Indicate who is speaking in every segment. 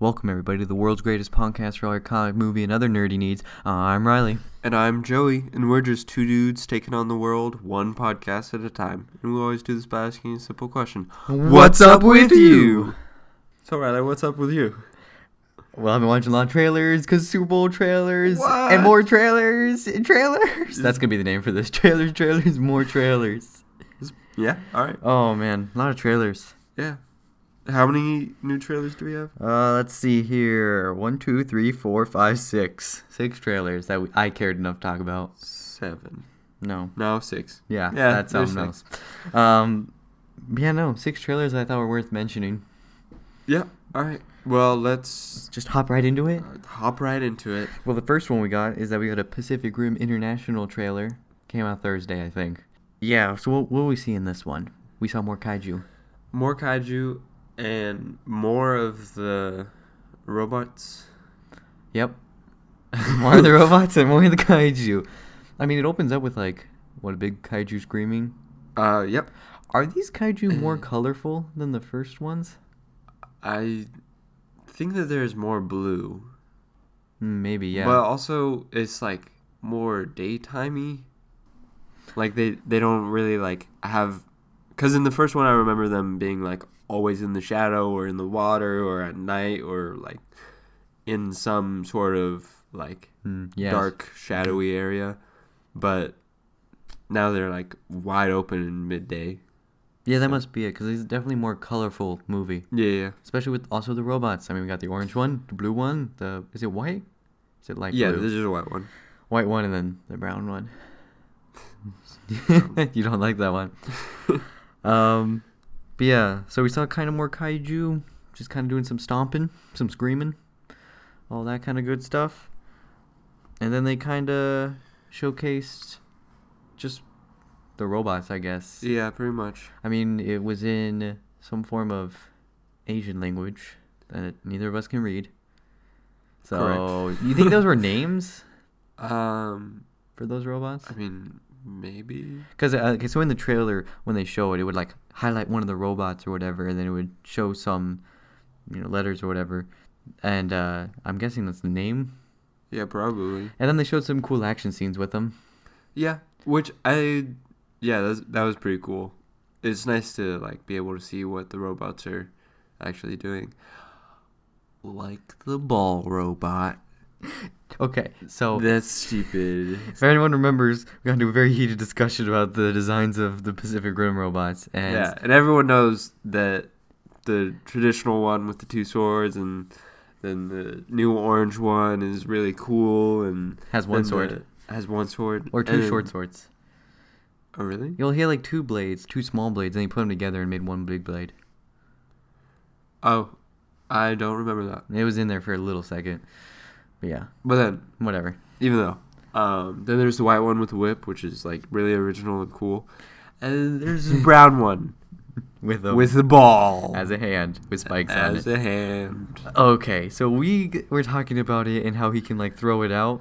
Speaker 1: Welcome, everybody, to the world's greatest podcast for all your comic, movie, and other nerdy needs. Uh, I'm Riley.
Speaker 2: And I'm Joey, and we're just two dudes taking on the world one podcast at a time. And we always do this by asking a simple question
Speaker 1: What's up with you?
Speaker 2: So, Riley, what's up with you?
Speaker 1: Well, I've been watching a lot of trailers, because Super Bowl trailers,
Speaker 2: What?
Speaker 1: and more trailers, and trailers. That's going to be the name for this. Trailers, trailers, more trailers.
Speaker 2: Yeah, all right.
Speaker 1: Oh, man, a lot of trailers.
Speaker 2: Yeah. How many new trailers do we have?
Speaker 1: Uh, let's see here. One, two, three, four, five, six. Six trailers that we, I cared enough to talk about.
Speaker 2: Seven.
Speaker 1: No.
Speaker 2: No, six.
Speaker 1: Yeah,
Speaker 2: Yeah,
Speaker 1: that's
Speaker 2: there's
Speaker 1: something else. Um, yeah, no, six trailers I thought were worth mentioning.
Speaker 2: Yeah, all right. Well, let's
Speaker 1: Just hop right into it.
Speaker 2: uh, hop right into it.
Speaker 1: Well, the first one we got is that we got a Pacific Rim International trailer. Came out Thursday, I think. Yeah, so what, what do we see in this one? We saw more kaiju.
Speaker 2: More kaiju and more of the robots.
Speaker 1: Yep. more of the robots and more of the kaiju. I mean, it opens up with, like, what, a big kaiju screaming?
Speaker 2: Uh, yep.
Speaker 1: Are these kaiju more colorful than the first ones?
Speaker 2: I think that there's more blue.
Speaker 1: Mm, Maybe, yeah.
Speaker 2: But also, it's like more daytimey. Like they they don't really like have, because in the first one I remember them being like always in the shadow or in the water or at night or like in some sort of like
Speaker 1: Mm, yes. Mm-hmm.
Speaker 2: dark shadowy area, but now they're like wide open in midday.
Speaker 1: Yeah, that must be it, because it's definitely more colorful movie.
Speaker 2: Yeah, yeah,
Speaker 1: Especially with also the robots. I mean, we got the orange one, the blue one, the is it white? Is it like
Speaker 2: yeah.
Speaker 1: blue?
Speaker 2: This is a white one.
Speaker 1: white one and then the brown one. you don't like that one. um, but yeah, so we saw kind of more kaiju, just kind of doing some stomping, some screaming, all that kind of good stuff. And then they kind of showcased just the robots, I guess.
Speaker 2: Yeah, pretty much.
Speaker 1: I mean, it was in some form of Asian language that neither of us can read. So,
Speaker 2: Correct.
Speaker 1: you think those were names
Speaker 2: Um,
Speaker 1: for those robots?
Speaker 2: I mean, maybe.
Speaker 1: Because uh, so in the trailer when they show it, it would like highlight one of the robots or whatever, and then it would show some, you know, letters or whatever. And uh, I'm guessing that's the name.
Speaker 2: Yeah, probably.
Speaker 1: And then they showed some cool action scenes with them.
Speaker 2: Yeah, which I yeah, that was, that was pretty cool. It's nice to like be able to see what the robots are actually doing. Like the ball robot.
Speaker 1: Okay, so
Speaker 2: Oh, That's stupid.
Speaker 1: if anyone remembers, we got into a very heated discussion about the designs of the Pacific Rim robots, and
Speaker 2: yeah, and everyone knows that the traditional one with the two swords and then the new orange one is really cool and
Speaker 1: has one
Speaker 2: then
Speaker 1: sword
Speaker 2: the- has one sword
Speaker 1: or two
Speaker 2: and-
Speaker 1: short swords.
Speaker 2: Oh, really?
Speaker 1: You'll hear like two blades, two small blades, and you put them together and made one big blade.
Speaker 2: Oh, I don't remember that.
Speaker 1: It was in there for a little second, but yeah,
Speaker 2: But then
Speaker 1: whatever.
Speaker 2: even though. Um, then there's the white one with the whip, which is like really original and cool. And there's the brown one
Speaker 1: With a
Speaker 2: with the ball
Speaker 1: as a hand with spikes on
Speaker 2: as
Speaker 1: it.
Speaker 2: a hand.
Speaker 1: Okay, so we g- were talking about it and how he can like throw it out.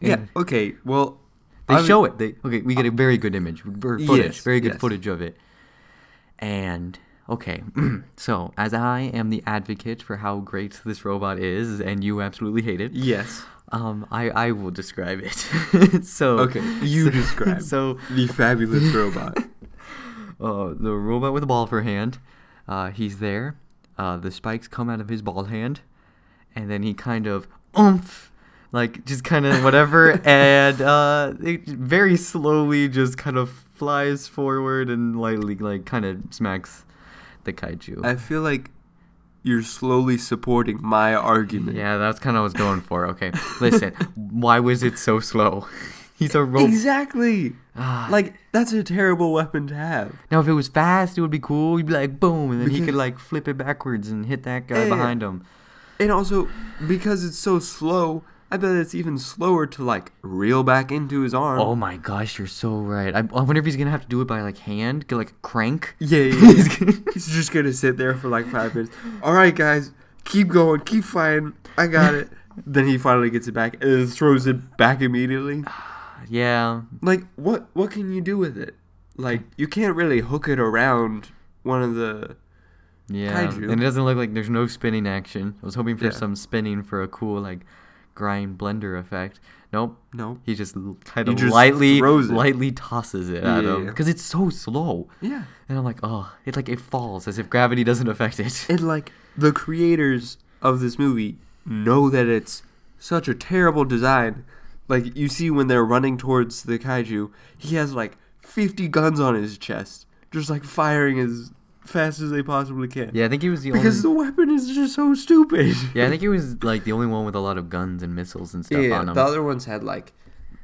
Speaker 2: Yeah.
Speaker 1: And
Speaker 2: Okay. Well,
Speaker 1: they
Speaker 2: I-
Speaker 1: show it. They okay, we get a very good image, or footage,
Speaker 2: Yes,
Speaker 1: very good
Speaker 2: yes.
Speaker 1: footage of it. And okay, so as I am the advocate for how great this robot is, and you absolutely hate it,
Speaker 2: Yes.
Speaker 1: um, I I will describe it. so
Speaker 2: Okay, you
Speaker 1: so-
Speaker 2: describe.
Speaker 1: So
Speaker 2: The fabulous robot.
Speaker 1: uh, the robot with a ball for hand. Uh, he's there. Uh, the spikes come out of his ball hand, and then he kind of oomph, like just kind of whatever, and uh, it very slowly just kind of flies forward and lightly, like kind of smacks the kaiju.
Speaker 2: I feel like you're slowly supporting my argument.
Speaker 1: yeah, that's kind of what I was going for. Okay, listen, why was it so slow? He's a robot.
Speaker 2: Exactly. Ah. like that's a terrible weapon to have.
Speaker 1: Now, if it was fast, it would be cool. You'd be like, boom, and then he
Speaker 2: Because-
Speaker 1: could like flip it backwards and hit that guy
Speaker 2: Yeah, yeah.
Speaker 1: behind him.
Speaker 2: And also, because it's so slow, I bet it's even slower to like reel back into his arm.
Speaker 1: Oh my gosh, you're so right. I, I wonder if he's gonna have to do it by like hand, get like a crank.
Speaker 2: Yeah, yeah, yeah. he's just gonna sit there for like five minutes. All right, guys, keep going, keep flying. I got it. then he finally gets it back and throws it back immediately.
Speaker 1: yeah,
Speaker 2: Like, what? What can you do with it? Like, you can't really hook it around one of the
Speaker 1: Yeah,
Speaker 2: Kaiju.
Speaker 1: and it doesn't look like there's no spinning action. I was hoping for
Speaker 2: Yeah.
Speaker 1: some spinning for a cool like grind blender effect. Nope,
Speaker 2: No.
Speaker 1: he just kind of
Speaker 2: just
Speaker 1: lightly
Speaker 2: throws it.
Speaker 1: lightly tosses it at him
Speaker 2: Yeah.
Speaker 1: because it's so slow.
Speaker 2: Yeah.
Speaker 1: And I'm like, oh, it like it falls as if gravity doesn't affect it.
Speaker 2: And like the creators of this movie know that it's such a terrible design. Like you see when they're running towards the kaiju, he has like 50 guns on his chest, just like firing as fast as they possibly can.
Speaker 1: yeah, I think he was the
Speaker 2: Because
Speaker 1: only.
Speaker 2: the weapon is just so stupid.
Speaker 1: yeah, I think he was like the only one with a lot of guns and missiles and stuff on him.
Speaker 2: the other ones had like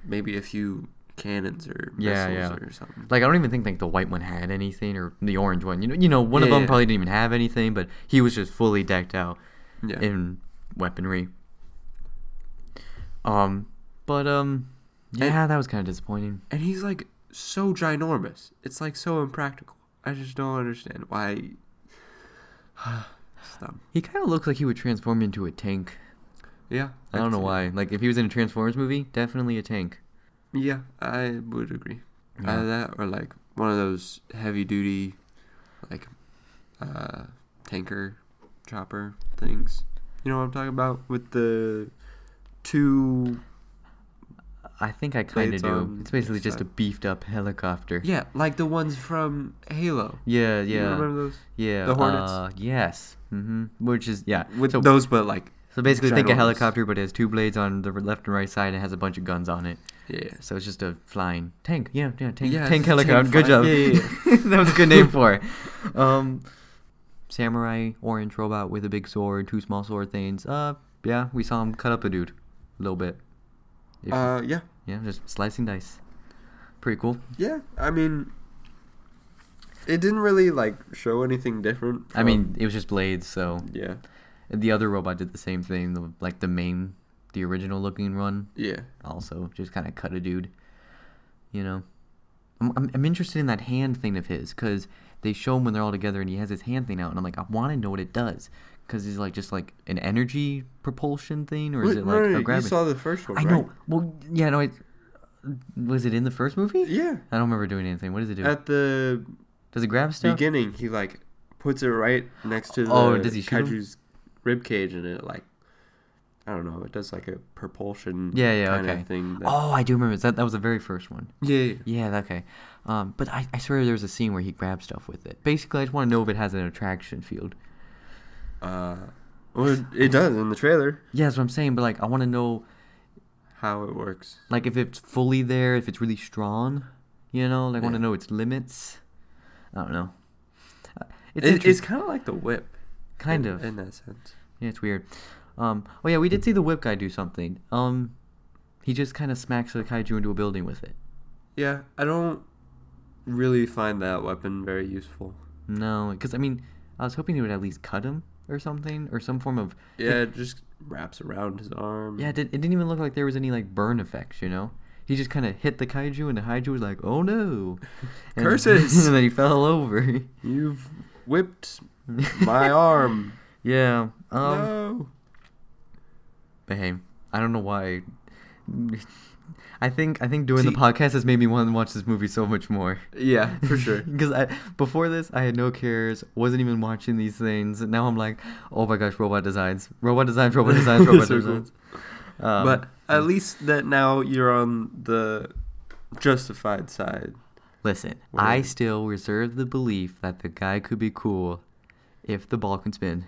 Speaker 2: maybe a few cannons or missiles
Speaker 1: Yeah, missiles yeah.
Speaker 2: or something.
Speaker 1: Like I don't even think like the white one had anything or the orange one. You know, you know, one of
Speaker 2: Yeah,
Speaker 1: them
Speaker 2: yeah.
Speaker 1: probably didn't even have anything, but he was just fully decked out
Speaker 2: Yeah.
Speaker 1: in weaponry. Um, but um, yeah, that was kind of disappointing.
Speaker 2: and he's like so ginormous. It's like so impractical. I just don't understand why. Stop.
Speaker 1: He kind of looks like he would transform into a tank.
Speaker 2: Yeah,
Speaker 1: I don't
Speaker 2: I'd
Speaker 1: know
Speaker 2: say-
Speaker 1: why. Like if he was in a Transformers movie, definitely a tank.
Speaker 2: Yeah, I would agree.
Speaker 1: Yeah.
Speaker 2: Either that or like one of those heavy duty, like, uh, tanker, chopper things. You know what I'm talking about with the two.
Speaker 1: I think I kind of
Speaker 2: Blades
Speaker 1: do.
Speaker 2: on
Speaker 1: It's basically
Speaker 2: each
Speaker 1: just a
Speaker 2: side.
Speaker 1: beefed up helicopter.
Speaker 2: um, uh, Yeah, like the ones from Halo.
Speaker 1: Yeah, Uh,
Speaker 2: You
Speaker 1: yeah,
Speaker 2: remember those?
Speaker 1: yeah.
Speaker 2: The Hornets?
Speaker 1: Uh, yes. hmm Which is yeah.
Speaker 2: With
Speaker 1: so,
Speaker 2: those, but like
Speaker 1: so basically, think a
Speaker 2: ginormous.
Speaker 1: helicopter, but it has two blades on the left and right side, and has a bunch of guns on it.
Speaker 2: Yeah.
Speaker 1: So it's just a flying tank. Yeah, yeah, tank,
Speaker 2: Yeah,
Speaker 1: tank
Speaker 2: it's a tank
Speaker 1: helicopter. Good job.
Speaker 2: flying- yeah,
Speaker 1: that was a good name for it. Um, samurai orange robot with a big sword, two small sword things. Uh, yeah, we saw him cut up a dude, a little bit. If-
Speaker 2: Uh, yeah.
Speaker 1: yeah, just slicing dice. Pretty cool.
Speaker 2: Yeah, I mean, it didn't really like show anything different.
Speaker 1: I mean, it was just blades, so
Speaker 2: from- yeah,
Speaker 1: the other robot did the same thing. The, like the main, the original looking run,
Speaker 2: yeah.
Speaker 1: also just kind of cut a dude. You know, I'm, I'm I'm interested in that hand thing of his because they show him when they're all together and he has his hand thing out, and I'm like, I want to know what it does because is it like just like an energy propulsion thing or is
Speaker 2: Wait,
Speaker 1: it
Speaker 2: no,
Speaker 1: like
Speaker 2: no, no,
Speaker 1: a
Speaker 2: you
Speaker 1: gravity?
Speaker 2: saw the first one.
Speaker 1: I
Speaker 2: right?
Speaker 1: know. Well, yeah, no, it was it in the first movie.
Speaker 2: Yeah,
Speaker 1: I don't remember doing anything. What does it do?
Speaker 2: at the
Speaker 1: does it grab stuff?
Speaker 2: beginning, he like puts it right next to the
Speaker 1: Oh, does he shoot him?
Speaker 2: kaiju's rib cage, and it like I don't know. It does like a propulsion.
Speaker 1: Yeah, yeah,
Speaker 2: kind
Speaker 1: okay.
Speaker 2: Of thing. That,
Speaker 1: Oh, I do remember. That that was the very first one.
Speaker 2: yeah, yeah,
Speaker 1: Yeah, that- okay. Um, but I, I swear there was a scene where he grabs stuff with it. Basically, I just want to know if it has an attraction field.
Speaker 2: yeah. Uh, well, it- it does in the trailer.
Speaker 1: Yeah, that's what I'm saying. But like, I want to know
Speaker 2: How it works.
Speaker 1: like if it's fully there, if it's really strong. You know, like I want to
Speaker 2: Yeah.
Speaker 1: know its limits. I don't know. Uh, It's
Speaker 2: It- it's
Speaker 1: interest-
Speaker 2: kind of like the whip.
Speaker 1: kind
Speaker 2: in-
Speaker 1: of.
Speaker 2: in that sense.
Speaker 1: Yeah, it's weird. Um, oh yeah, we did see the whip guy do something. Um, he just kind of smacks the kaiju into a building with it.
Speaker 2: Yeah, I don't really find that weapon very useful.
Speaker 1: No, because I mean, I was hoping he would at least cut him or something, or some form of
Speaker 2: Yeah, it just wraps around his arm.
Speaker 1: Yeah, it, did, it didn't even look like there was any like burn effects, you know. He just kind of hit the kaiju, and the kaiju was like, "Oh no!" And-
Speaker 2: Curses!
Speaker 1: and then he fell over.
Speaker 2: You've whipped my arm.
Speaker 1: yeah. Um,
Speaker 2: no.
Speaker 1: But hey, I don't know why. I think I think doing
Speaker 2: See-
Speaker 1: the podcast has made me want to watch this movie so much more.
Speaker 2: Yeah, for sure.
Speaker 1: Because I before this I had no cares, wasn't even watching these things. And now I'm like, oh my gosh, robot designs, robot designs, robot designs, robot
Speaker 2: So cool.
Speaker 1: designs. Um,
Speaker 2: but at least that now you're on the justified side.
Speaker 1: Listen,
Speaker 2: What
Speaker 1: I
Speaker 2: is it?
Speaker 1: still reserve the belief that the guy could be cool if the ball can spin.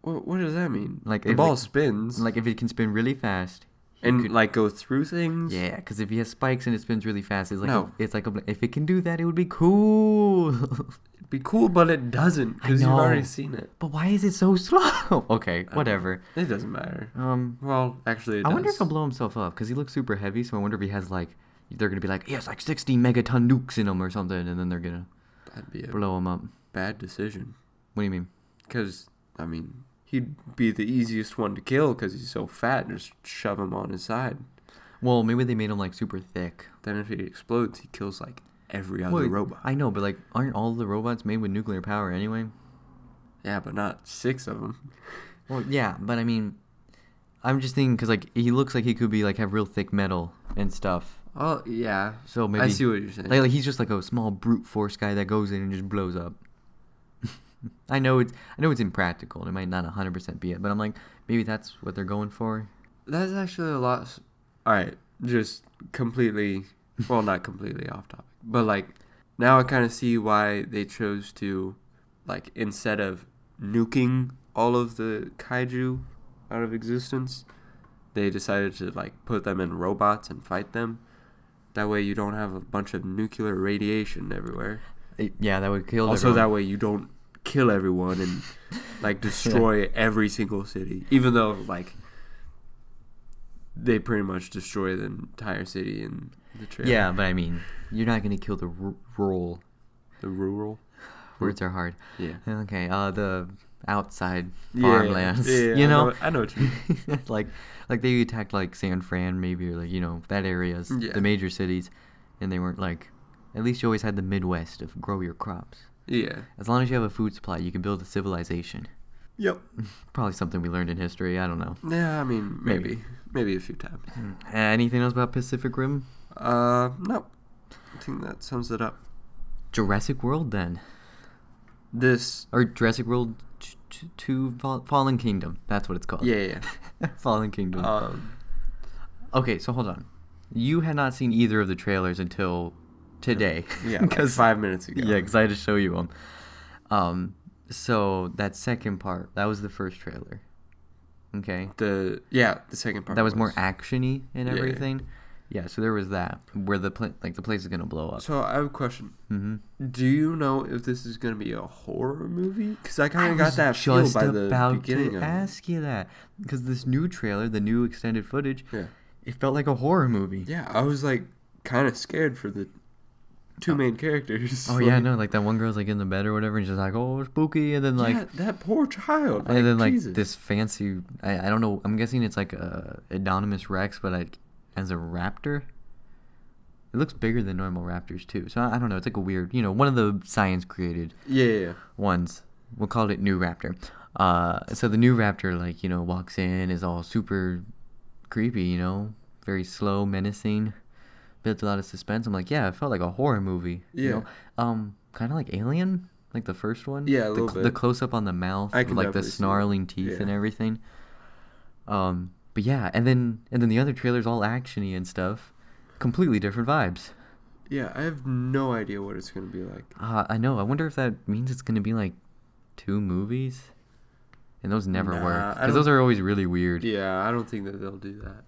Speaker 2: What, what does that mean?
Speaker 1: Like,
Speaker 2: the
Speaker 1: if
Speaker 2: ball
Speaker 1: it-
Speaker 2: spins
Speaker 1: Like if it can spin really fast. he
Speaker 2: and
Speaker 1: could-
Speaker 2: like go through things.
Speaker 1: yeah, because if he has spikes and it spins really fast, it's like
Speaker 2: No.
Speaker 1: it's like a, bl- if it can do that, it would be cool.
Speaker 2: it'd be cool, but it doesn't
Speaker 1: I
Speaker 2: because you've already
Speaker 1: know.
Speaker 2: seen it.
Speaker 1: but why is it so slow? okay, whatever.
Speaker 2: It doesn't matter.
Speaker 1: Um,
Speaker 2: Well, actually, it
Speaker 1: I wonder if
Speaker 2: does.
Speaker 1: he'll blow himself up because he looks super heavy. So I wonder if he has like they're gonna be like he has like 60 megaton nukes in him or something, and then they're gonna
Speaker 2: That'd be a
Speaker 1: blow him up.
Speaker 2: bad decision.
Speaker 1: What do you mean?
Speaker 2: Because, I mean, he'd be the easiest one to kill because he's so fat. Just shove him on his side.
Speaker 1: Well, maybe they made him like super thick.
Speaker 2: Then if he explodes, he kills like every other
Speaker 1: Well,
Speaker 2: robot.
Speaker 1: I know, but like, aren't all the robots made with nuclear power anyway?
Speaker 2: yeah, but not six of them.
Speaker 1: Well, yeah, but I mean, I'm just thinking because like he looks like he could be like have real thick metal and stuff.
Speaker 2: Oh yeah.
Speaker 1: So maybe
Speaker 2: I see what you're saying.
Speaker 1: like, like he's just like a small brute force guy that goes in and just blows up. I know it's I know it's impractical. and It might not 100% be it, but I'm like maybe that's what they're going for.
Speaker 2: That's actually a lot. s- All right, just completely, well, not completely off topic, but like now I kind of see why they chose to, like, instead of nuking all of the kaiju out of existence, they decided to like put them in robots and fight them. That way, you don't have a bunch of nuclear radiation everywhere.
Speaker 1: It- yeah, that would kill.
Speaker 2: Also,
Speaker 1: everyone.
Speaker 2: that way you don't kill everyone and like destroy every single city. Even though like they pretty much destroy the entire city in the trailer.
Speaker 1: Yeah, but I mean, you're not gonna kill the r- rural.
Speaker 2: the rural.
Speaker 1: Words are hard.
Speaker 2: Yeah,
Speaker 1: Okay, uh, the outside farmlands. you
Speaker 2: I
Speaker 1: know,
Speaker 2: I know what you mean.
Speaker 1: like like they attacked like San Fran, maybe or like you know that areas,
Speaker 2: Yeah.
Speaker 1: the major cities, and they weren't like. At least you always had the Midwest of grow your crops.
Speaker 2: Yeah.
Speaker 1: As long as you have a food supply, you can build a civilization.
Speaker 2: Yep.
Speaker 1: Probably something we learned in history. I don't know.
Speaker 2: Yeah, I mean
Speaker 1: Maybe. Hmm.
Speaker 2: maybe, maybe a few times.
Speaker 1: Anything else about Pacific Rim?
Speaker 2: Uh, no, I think that sums it up.
Speaker 1: Jurassic World then,
Speaker 2: This.
Speaker 1: or Jurassic World t- t- Two Fall- Fallen Kingdom. That's what it's called.
Speaker 2: Yeah, yeah.
Speaker 1: Fallen Kingdom.
Speaker 2: Um,
Speaker 1: okay, so hold on. You had not seen either of the trailers until today.
Speaker 2: yeah, like five minutes ago.
Speaker 1: Yeah, because I had to show you them. Um, so that second part, that was the first trailer. Okay,
Speaker 2: The yeah, the second part.
Speaker 1: that was more actiony and
Speaker 2: Yeah, yeah.
Speaker 1: everything. Yeah, so there was that where the pla- like the place is gonna blow up.
Speaker 2: So I have a question.
Speaker 1: hmm
Speaker 2: Do you know if this is going to be a horror movie? Because I kind
Speaker 1: I
Speaker 2: of got
Speaker 1: was
Speaker 2: that feel
Speaker 1: just
Speaker 2: by the
Speaker 1: about
Speaker 2: beginning
Speaker 1: to
Speaker 2: of
Speaker 1: ask you that because this new trailer, the new extended footage,
Speaker 2: it. Yeah,
Speaker 1: it felt like a horror movie.
Speaker 2: yeah. I was like kind of scared for the two main characters.
Speaker 1: Oh
Speaker 2: Like,
Speaker 1: yeah, no, like that one girl's like in the bed or whatever, and she's like, "Oh, spooky," and then like,
Speaker 2: yeah, that poor child. Like,
Speaker 1: and then like
Speaker 2: Jesus.
Speaker 1: this fancy, I, I don't know, I'm guessing it's like a Adonis Rex, but like as a raptor. It looks bigger than normal raptors too, so I, I don't know. It's like a weird, you know, one of the science created
Speaker 2: Yeah, yeah, yeah.
Speaker 1: ones. We'll call it New Raptor. Uh, so the new raptor, like, you know, walks in, is all super creepy, you know, very slow, menacing, builds a lot of suspense. I'm like, yeah, it felt like a horror movie. You know? Um, kind of like Alien, like the first one.
Speaker 2: Yeah, a
Speaker 1: the,
Speaker 2: little
Speaker 1: cl-
Speaker 2: bit.
Speaker 1: The close up on the mouth,
Speaker 2: I
Speaker 1: with,
Speaker 2: can
Speaker 1: like the
Speaker 2: definitely see that.
Speaker 1: snarling teeth and
Speaker 2: Yeah.
Speaker 1: everything. Um, but yeah, and then and then the other trailer's all actiony and stuff. Completely different vibes.
Speaker 2: yeah. I have no idea what it's going to be like.
Speaker 1: Uh, I know. I wonder if that means it's gonna be like two movies, and those never work. 'Cause
Speaker 2: Nah,
Speaker 1: work
Speaker 2: I
Speaker 1: because those are always really weird.
Speaker 2: Yeah, I don't think that they'll do that.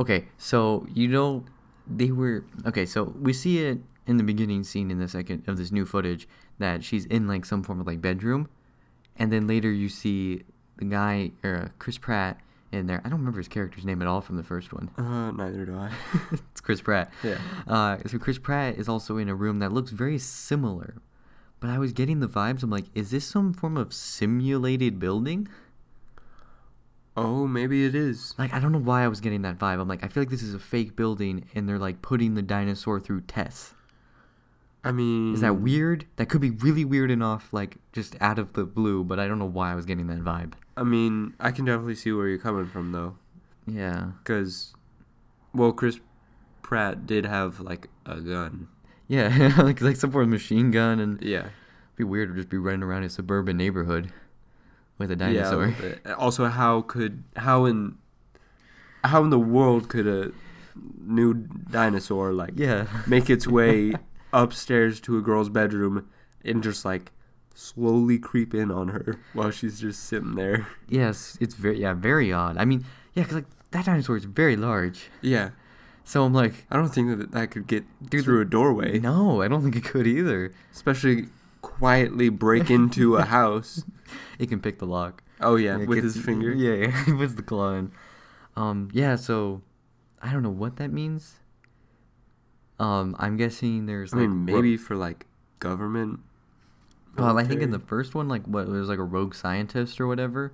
Speaker 1: Okay, so you know they were okay. So we see it in the beginning scene in the second of this new footage that she's in like some form of like bedroom, and then later you see the guy or Chris Pratt in there. I don't remember his character's name at all from the first one.
Speaker 2: Uh, neither do I.
Speaker 1: it's Chris Pratt.
Speaker 2: Yeah.
Speaker 1: Uh, so Chris Pratt is also in a room that looks very similar, but I was getting the vibes. I'm like, is this some form of simulated building?
Speaker 2: oh, maybe it is.
Speaker 1: Like, I don't know why I was getting that vibe. I'm like, I feel like this is a fake building, and they're like putting the dinosaur through tests.
Speaker 2: I mean,
Speaker 1: Is that weird? That could be really weird and off, like just out of the blue. But I don't know why I was getting that vibe.
Speaker 2: I mean, I can definitely see where you're coming from though.
Speaker 1: Yeah.
Speaker 2: Because, well, Chris Pratt did have like a gun.
Speaker 1: Yeah, like like some form of machine gun, and it'd
Speaker 2: Yeah.
Speaker 1: be weird to just be running around a suburban neighborhood with a dinosaur.
Speaker 2: Yeah. a little bit. Also, how could how in how in the world could a new dinosaur like
Speaker 1: yeah.
Speaker 2: make its way upstairs to a girl's bedroom and just like slowly creep in on her while she's just sitting there?
Speaker 1: Yes, it's very yeah, very odd. I mean, yeah, 'cause like that dinosaur is very large.
Speaker 2: Yeah.
Speaker 1: So I'm like,
Speaker 2: I don't think that that could get
Speaker 1: Through the-
Speaker 2: through a doorway,
Speaker 1: no, I don't think it could either.
Speaker 2: especially quietly break into a house.
Speaker 1: It can pick the lock.
Speaker 2: Oh yeah,
Speaker 1: It
Speaker 2: with
Speaker 1: gets-
Speaker 2: his finger.
Speaker 1: Yeah, yeah, it puts the claw in. Um, yeah. So I don't know what that means. Um, I'm guessing there's.
Speaker 2: I
Speaker 1: like,
Speaker 2: mean,
Speaker 1: ro-
Speaker 2: Hmm, maybe for like government.
Speaker 1: Well, I think in the
Speaker 2: military.
Speaker 1: first one, like what it was like a rogue scientist or whatever,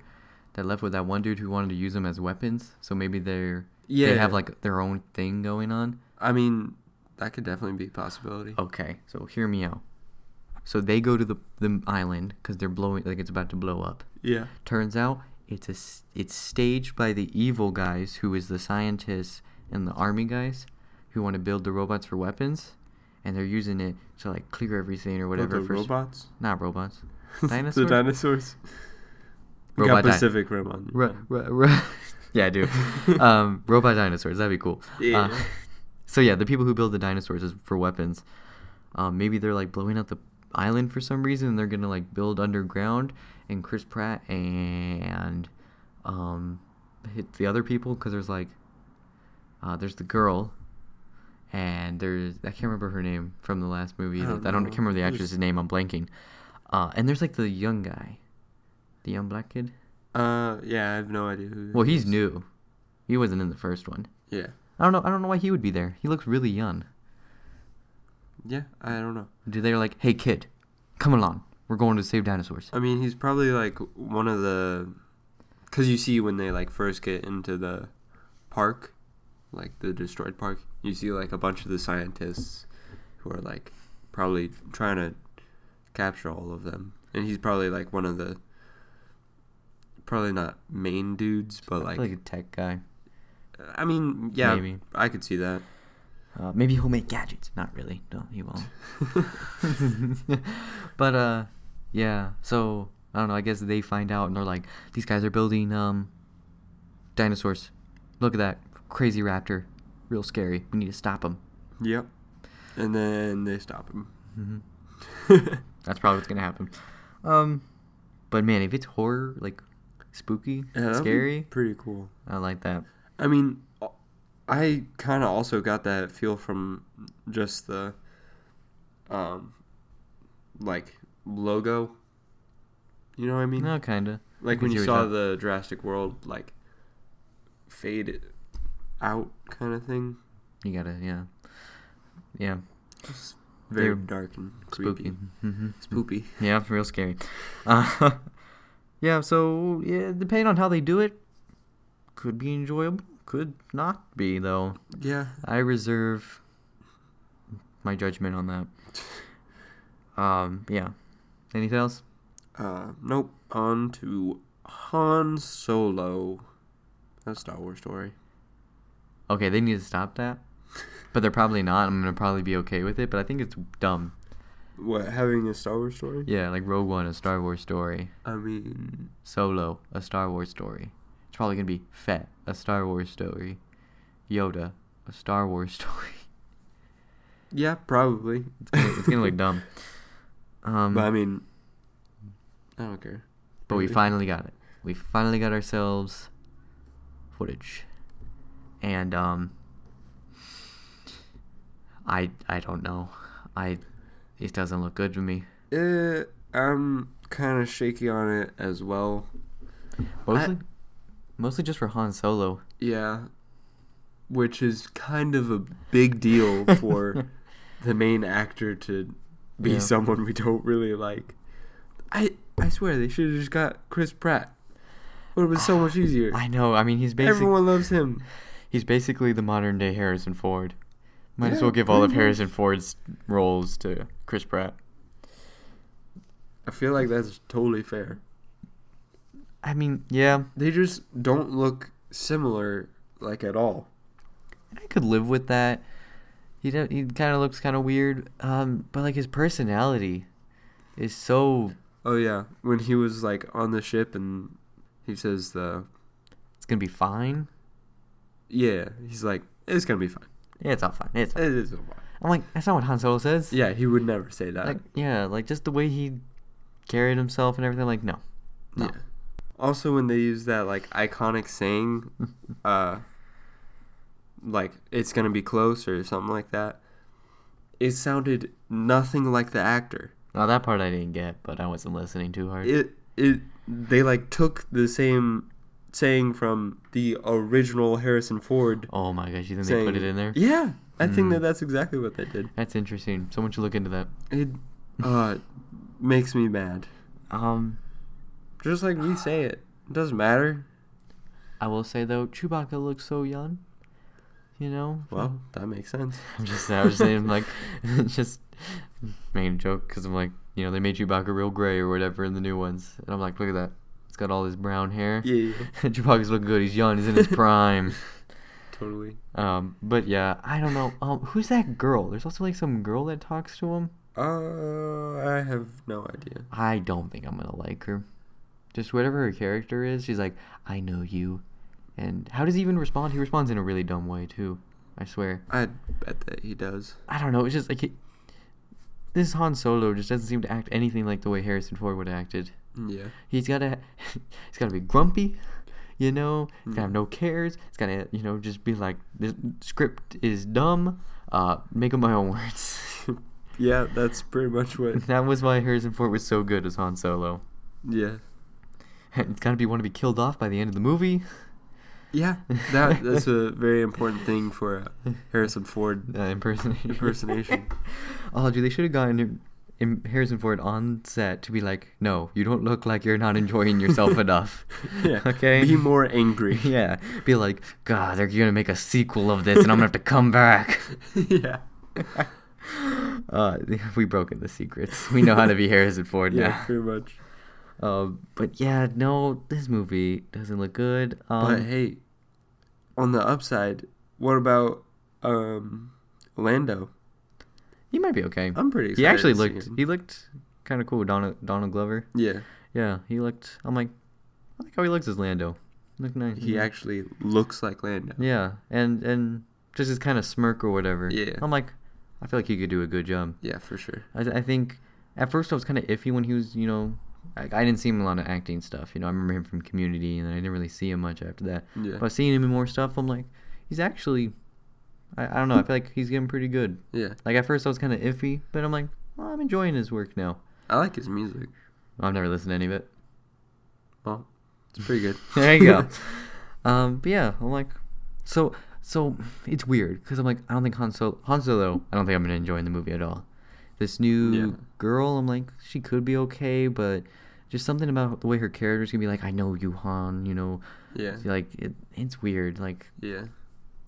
Speaker 1: that left with that one dude who wanted to use them as weapons. So maybe they're they
Speaker 2: Yeah.
Speaker 1: have like their own thing going on.
Speaker 2: I mean, that could definitely be a possibility.
Speaker 1: Okay, so hear me out. So they go to the the island because they're blowing like it's about to blow up.
Speaker 2: Yeah.
Speaker 1: Turns out it's a s- it's staged by the evil guys who is the scientists and the army guys who want to build the robots for weapons, and they're using it to like clear everything or
Speaker 2: Whatever.
Speaker 1: whatever. for s-
Speaker 2: robots.
Speaker 1: Not robots. Dinosaur?
Speaker 2: the dinosaurs. We
Speaker 1: Robot
Speaker 2: got
Speaker 1: di-
Speaker 2: Pacific Rim on. your
Speaker 1: Ru-
Speaker 2: mind.
Speaker 1: ru- ru- yeah, I do. um, robot dinosaurs. That'd be cool.
Speaker 2: Yeah.
Speaker 1: Uh, so yeah, the people who build the dinosaurs is for weapons. Um, maybe they're like blowing up the island for some reason, and they're gonna like build underground. And Chris Pratt and um, hit the other people because there's like uh, there's the girl, and there's I can't remember her name from the last movie.
Speaker 2: I
Speaker 1: I
Speaker 2: don't
Speaker 1: don't, I don't I
Speaker 2: know.
Speaker 1: can't remember the
Speaker 2: Who's-
Speaker 1: actress's name. I'm blanking. Uh, and there's like the young guy, the young black kid.
Speaker 2: Uh, yeah, I have no idea who.
Speaker 1: Well,
Speaker 2: he
Speaker 1: he's
Speaker 2: is.
Speaker 1: new. He wasn't in the first one.
Speaker 2: Yeah,
Speaker 1: I don't know. I don't know why he would be there. He looks really young.
Speaker 2: yeah, I don't know.
Speaker 1: Do they're like, hey kid, come along. We're going to save dinosaurs.
Speaker 2: I mean, he's probably like one of the, because you see when they like first get into the park, like the destroyed park, you see like a bunch of the scientists who are like probably trying to capture all of them, and he's probably like one of the, probably not main dudes, but
Speaker 1: Like,
Speaker 2: like,
Speaker 1: a tech guy.
Speaker 2: I mean, yeah,
Speaker 1: Maybe.
Speaker 2: I could see that.
Speaker 1: Uh, maybe he'll make gadgets. Not really. No, he won't. but uh, yeah. So I don't know. I guess they find out and they're like, these guys are building um, dinosaurs. Look at that crazy raptor, real scary. We need to stop him.
Speaker 2: Yep, and then they stop him.
Speaker 1: hmm That's probably what's gonna happen. Um, but man, if it's horror, like spooky,
Speaker 2: Yeah, that'd be
Speaker 1: scary,
Speaker 2: pretty cool.
Speaker 1: I like that.
Speaker 2: I mean, I kind of also got that feel from just the, um, like logo. You know what I mean?
Speaker 1: No, kinda.
Speaker 2: like
Speaker 1: can
Speaker 2: when
Speaker 1: see
Speaker 2: you
Speaker 1: what
Speaker 2: saw
Speaker 1: you're-
Speaker 2: the Jurassic World like fade out kind of thing.
Speaker 1: You gotta, yeah, yeah,
Speaker 2: It's very
Speaker 1: They're
Speaker 2: dark and creepy.
Speaker 1: spooky. hmm
Speaker 2: Spooky.
Speaker 1: Yeah, it's real scary. Uh, yeah, so yeah, depending on how they do it, could be enjoyable, could not be though.
Speaker 2: Yeah.
Speaker 1: I reserve my judgment on that. Um, yeah. Anything else?
Speaker 2: Uh, nope. On to Han Solo. That's a Star Wars story.
Speaker 1: Okay, they need to stop that. But they're probably not. I'm gonna probably be okay with it, but I think it's dumb.
Speaker 2: What having a Star Wars story?
Speaker 1: Yeah, like Rogue One, a Star Wars story.
Speaker 2: I mean,
Speaker 1: Solo, a Star Wars story. It's probably gonna be Fett, a Star Wars story. Yoda, a Star Wars story.
Speaker 2: yeah, probably.
Speaker 1: It's gonna, it's gonna look dumb. Um,
Speaker 2: But I mean, I don't care.
Speaker 1: but we
Speaker 2: really.
Speaker 1: finally got it. We finally got ourselves footage, and um, I I don't know. I it doesn't look good to me.
Speaker 2: Eh, I'm kind of shaky on it as well.
Speaker 1: Mostly, mostly just for Han Solo.
Speaker 2: Yeah, which is kind of a big deal for the main actor to be
Speaker 1: Yeah.
Speaker 2: someone we don't really like. I I swear they should have just got Chris Pratt. Would have been so much easier.
Speaker 1: I know. I mean, he's basically
Speaker 2: Everyone loves him.
Speaker 1: he's basically the modern day Harrison Ford. Might as
Speaker 2: Yeah,
Speaker 1: well give all of
Speaker 2: pretty much.
Speaker 1: Harrison Ford's roles to Chris Pratt.
Speaker 2: I feel like that's totally fair.
Speaker 1: I mean, yeah,
Speaker 2: They just don't look similar like at all.
Speaker 1: I could live with that. He do he kind of looks kind of weird, um, but like his personality is so
Speaker 2: Oh yeah, when he was like on the ship and he says the
Speaker 1: it's gonna be fine.
Speaker 2: yeah, he's like it's gonna be fine.
Speaker 1: Yeah, it's all fine. It's fine.
Speaker 2: It is fine.
Speaker 1: I'm like that's not what Han Solo says.
Speaker 2: Yeah, he would never say that.
Speaker 1: like yeah, like just the way he carried himself and everything. Like no, no.
Speaker 2: yeah. Also, when they use that like iconic saying, uh, like it's gonna be close or something like that, it sounded nothing like the actor.
Speaker 1: Now that part I didn't get, but I wasn't listening too hard.
Speaker 2: It it they like took the same saying from the original Harrison Ford.
Speaker 1: oh my gosh, you think they
Speaker 2: saying,
Speaker 1: put it in there?
Speaker 2: Yeah, I
Speaker 1: Hmm.
Speaker 2: think that that's exactly what they did.
Speaker 1: That's interesting. Someone should look into that.
Speaker 2: It uh, makes me mad.
Speaker 1: Um,
Speaker 2: Just like we say it. It doesn't matter.
Speaker 1: I will say though, Chewbacca looks so young. You know.
Speaker 2: Well, that makes sense.
Speaker 1: I'm just, I was saying, like, just making a joke because I'm like, you know, they made Chewbacca real gray or whatever in the new ones, and I'm like, look at that, it's got all this brown hair.
Speaker 2: Yeah, yeah,
Speaker 1: Chewbacca's looking good. He's young. He's in his prime.
Speaker 2: totally.
Speaker 1: Um, but yeah, I don't know. Um, who's that girl? There's also like some girl that talks to him.
Speaker 2: Uh, I have no idea.
Speaker 1: I don't think I'm gonna like her. Just whatever her character is, she's like, I know you. And how does he even respond? He responds in a really dumb way too. I swear.
Speaker 2: I bet that he does.
Speaker 1: I don't know. It's just like he, this Han Solo just doesn't seem to act anything like the way Harrison Ford would have acted.
Speaker 2: Yeah.
Speaker 1: He's gotta he's gotta be grumpy, you know. He's gotta have
Speaker 2: Mm.
Speaker 1: no cares. He's gotta you know just be like this script is dumb. Uh, make up my own words.
Speaker 2: Yeah, that's pretty much what.
Speaker 1: that was why Harrison Ford was so good as Han Solo.
Speaker 2: Yeah.
Speaker 1: It's gotta be want to be killed off by the end of the movie.
Speaker 2: Yeah, that that's a very important thing for a Harrison Ford.
Speaker 1: Uh, impersonation.
Speaker 2: Impersonation.
Speaker 1: oh, dude, they should have gotten him- him- Harrison Ford on set to be like, "No, you don't look like you're not enjoying yourself enough."
Speaker 2: Yeah.
Speaker 1: Okay.
Speaker 2: Be more angry.
Speaker 1: Yeah. Be like, God, they're gonna make a sequel of this, and I'm gonna have to come back.
Speaker 2: yeah.
Speaker 1: Uh, we broken the secrets. We know how to be Harrison Ford
Speaker 2: Yeah,
Speaker 1: now.
Speaker 2: pretty much.
Speaker 1: Um, but yeah, no, this movie doesn't look good. Um,
Speaker 2: But hey, on the upside, what about um Lando?
Speaker 1: he might be okay.
Speaker 2: I'm pretty.
Speaker 1: He actually
Speaker 2: excited to
Speaker 1: looked.
Speaker 2: see him.
Speaker 1: He looked kind of cool. Donald Donald Glover.
Speaker 2: Yeah,
Speaker 1: Yeah, he looked. I'm like, I like how he looks as Lando. Look nice.
Speaker 2: he actually looks like Lando.
Speaker 1: Mm-hmm. Yeah, and and just his kind of smirk or whatever.
Speaker 2: Yeah.
Speaker 1: I'm like, I feel like he could do a good job.
Speaker 2: Yeah, for sure.
Speaker 1: I, I think at first I was kind of iffy when he was, you know, I, I didn't see him a lot of acting stuff. You know, I remember him from Community, and I didn't really see him much after that.
Speaker 2: Yeah.
Speaker 1: But seeing him in more stuff, I'm like, he's actually, I, I don't know, I feel like he's getting pretty good.
Speaker 2: Yeah,
Speaker 1: Like at first I was kind of iffy, but I'm like, well, I'm enjoying his work now.
Speaker 2: I like his music.
Speaker 1: I've never listened to any of it.
Speaker 2: Well, it's pretty good.
Speaker 1: There you go. um, but yeah, I'm like, so so it's weird because I'm like, I don't think Han Solo, Han Solo, I don't think I'm gonna enjoy in the movie at all. This new
Speaker 2: Yeah.
Speaker 1: girl, I'm like, she could be okay, but just something about the way her character's gonna be like, I know you, Han. You know,
Speaker 2: yeah,
Speaker 1: like it, it's weird. Like
Speaker 2: yeah.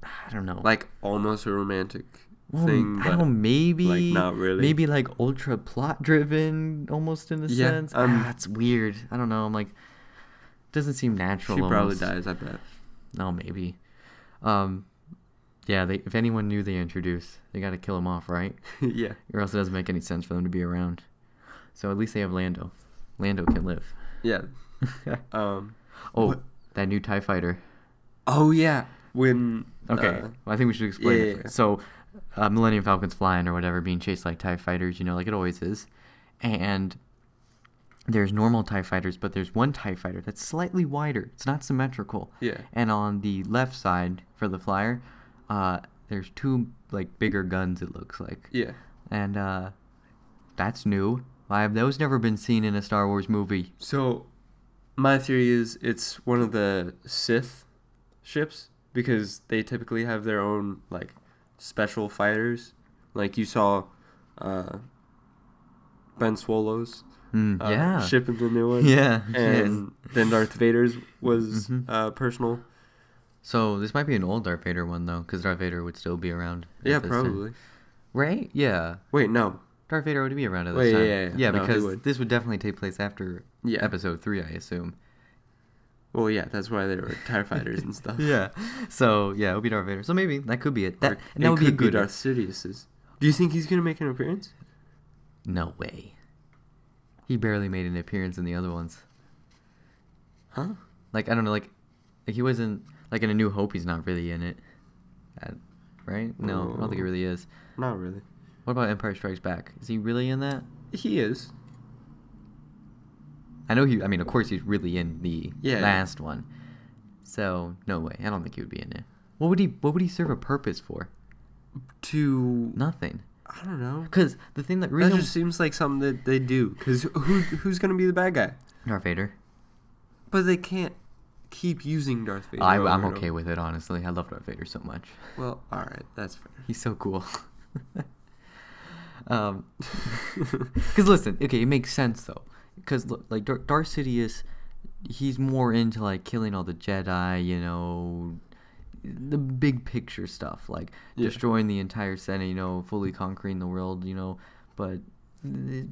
Speaker 1: I don't know.
Speaker 2: Like almost a romantic
Speaker 1: Well,
Speaker 2: thing,
Speaker 1: I don't know,
Speaker 2: but
Speaker 1: maybe
Speaker 2: like, not really.
Speaker 1: Maybe like ultra plot driven, almost in a
Speaker 2: Yeah,
Speaker 1: sense.
Speaker 2: um,
Speaker 1: ah, it's weird. I don't know. I'm like, doesn't seem natural.
Speaker 2: she probably
Speaker 1: almost.
Speaker 2: dies. I bet.
Speaker 1: No, Oh, maybe. Um, yeah. They, if anyone new they introduce, they got to kill him off, right?
Speaker 2: yeah.
Speaker 1: Or else it doesn't make any sense for them to be around. So at least they have Lando. Lando can live.
Speaker 2: Yeah. Um.
Speaker 1: oh,
Speaker 2: What?
Speaker 1: that new Tie Fighter.
Speaker 2: Oh yeah. When
Speaker 1: Okay,
Speaker 2: uh,
Speaker 1: well, I think we should explain.
Speaker 2: yeah,
Speaker 1: it
Speaker 2: yeah, yeah.
Speaker 1: first. So, uh, Millennium Falcon's flying or whatever, being chased like Tie fighters, you know, like it always is. And there's normal Tie fighters, but there's one Tie fighter that's slightly wider. It's not symmetrical.
Speaker 2: Yeah.
Speaker 1: And on the left side for the flyer, uh, there's two like bigger guns. It looks like.
Speaker 2: yeah.
Speaker 1: And uh, that's new. Why have those never been seen in a Star Wars movie?
Speaker 2: So, my theory is it's one of the Sith ships because they typically have their own like special fighters. Like you saw, uh, Ben Swallow's
Speaker 1: Mm,
Speaker 2: uh,
Speaker 1: yeah.
Speaker 2: ship in the new one.
Speaker 1: Yeah. yes.
Speaker 2: And then Darth Vader's was
Speaker 1: Mhm.
Speaker 2: uh, personal.
Speaker 1: So this might be an old Darth Vader one though, because Darth Vader would still be around. at
Speaker 2: Yeah,
Speaker 1: this time.
Speaker 2: probably.
Speaker 1: Right? Yeah.
Speaker 2: Wait, no.
Speaker 1: Darth Vader would be around at this
Speaker 2: Wait, yeah,
Speaker 1: time.
Speaker 2: yeah, yeah. No, he
Speaker 1: because
Speaker 2: would.
Speaker 1: this would definitely take place after
Speaker 2: Yeah.
Speaker 1: episode three, I assume.
Speaker 2: Well, yeah, that's why they were tire fighters and stuff.
Speaker 1: Yeah. So yeah, it would be Darth Vader. So maybe that could be it.
Speaker 2: Or
Speaker 1: That, and that
Speaker 2: it
Speaker 1: would
Speaker 2: could
Speaker 1: be a good.
Speaker 2: Darth Sidious's. Do you think he's gonna make an appearance?
Speaker 1: No way. He barely made an appearance in the other ones.
Speaker 2: Huh?
Speaker 1: Like I don't know, like, like he wasn't like in A New Hope. He's not really in it. Uh, right? No, I don't think he
Speaker 2: Oh.
Speaker 1: really is.
Speaker 2: Not really.
Speaker 1: What about Empire Strikes Back? Is he really in that?
Speaker 2: He is.
Speaker 1: I know he. I mean, of course, he's really in the
Speaker 2: Yeah.
Speaker 1: last one. So no way. I don't think he would be in it. What would he? What would he serve a purpose for?
Speaker 2: To
Speaker 1: Nothing.
Speaker 2: I don't know.
Speaker 1: Because the thing that
Speaker 2: That
Speaker 1: reason
Speaker 2: just seems like something that they do. Because who who's gonna be the bad guy?
Speaker 1: Darth Vader.
Speaker 2: But they can't keep using Darth Vader.
Speaker 1: I,
Speaker 2: over
Speaker 1: I'm
Speaker 2: and
Speaker 1: okay
Speaker 2: over.
Speaker 1: with it, honestly. I love Darth Vader so much.
Speaker 2: Well, all right, that's fair.
Speaker 1: He's so cool. um, because listen, okay, it makes sense though. Because like Dar- Darth Sidious, he's more into like killing all the Jedi, you know, the big picture stuff, like
Speaker 2: Yeah.
Speaker 1: destroying the entire Senate, you know, fully conquering the world, you know. But th-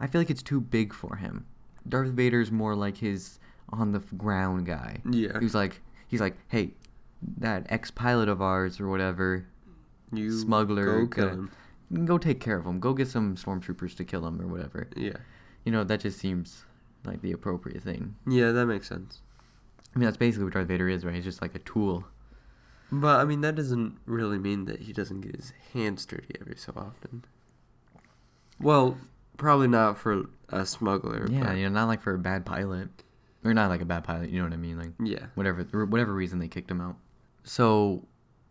Speaker 1: I feel like it's too big for him. Darth Vader's more like his on the f- ground guy.
Speaker 2: Yeah.
Speaker 1: He's like he's like, hey, that ex pilot of ours or whatever,
Speaker 2: You
Speaker 1: smuggler
Speaker 2: Go kill
Speaker 1: guy-
Speaker 2: him.
Speaker 1: go take care of them. Go get some stormtroopers to kill them or whatever.
Speaker 2: Yeah.
Speaker 1: You know, that just seems like the appropriate thing.
Speaker 2: Yeah, that makes sense.
Speaker 1: I mean, that's basically what Darth Vader is, right? He's just like a tool.
Speaker 2: But I mean, that doesn't really mean that he doesn't get his hands dirty every so often. Well, probably not for a smuggler.
Speaker 1: Yeah,
Speaker 2: but
Speaker 1: you know, not like for a bad pilot, or not like a bad pilot. You know what I mean? Like
Speaker 2: yeah.
Speaker 1: whatever, whatever reason they kicked him out. So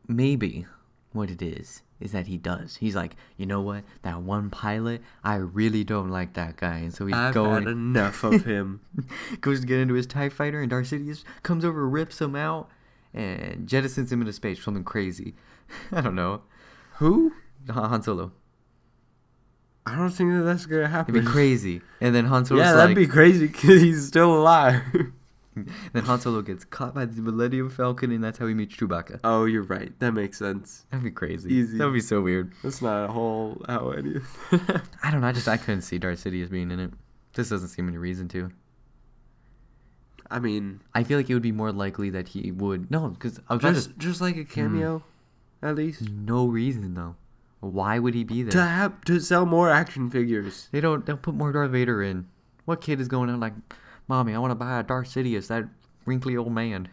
Speaker 1: maybe what it is is that he does. He's like, you know what? That one pilot, I really don't like that guy, and so he's
Speaker 2: I've
Speaker 1: going
Speaker 2: had enough of him.
Speaker 1: goes to get into his Tie Fighter, and Darth Sidious comes over, rips him out, and jettisons him into space. Something crazy. I don't know.
Speaker 2: Who?
Speaker 1: Han Han Solo.
Speaker 2: I don't think that that's gonna happen.
Speaker 1: It'd be crazy. And then Han Solo's
Speaker 2: yeah,
Speaker 1: like,
Speaker 2: that'd be crazy because he's still alive.
Speaker 1: then Han Solo gets caught by the Millennium Falcon, and that's how he meets Chewbacca.
Speaker 2: oh, you're right. That makes sense.
Speaker 1: That'd be crazy.
Speaker 2: Easy.
Speaker 1: That'd be so weird.
Speaker 2: That's not a whole how any.
Speaker 1: I don't know. I just I couldn't see Darth Sidious being in it. This doesn't seem any reason to.
Speaker 2: I mean,
Speaker 1: I feel like it would be more likely that he would no, because I was about to Hmm.
Speaker 2: just just like a cameo, at least
Speaker 1: s- no reason though. Why would he be there?
Speaker 2: to have to sell more action figures.
Speaker 1: They don't they'll put more Darth Vader in. What kid is going out like, mommy? I want to buy a Darth Sidious, that wrinkly old man.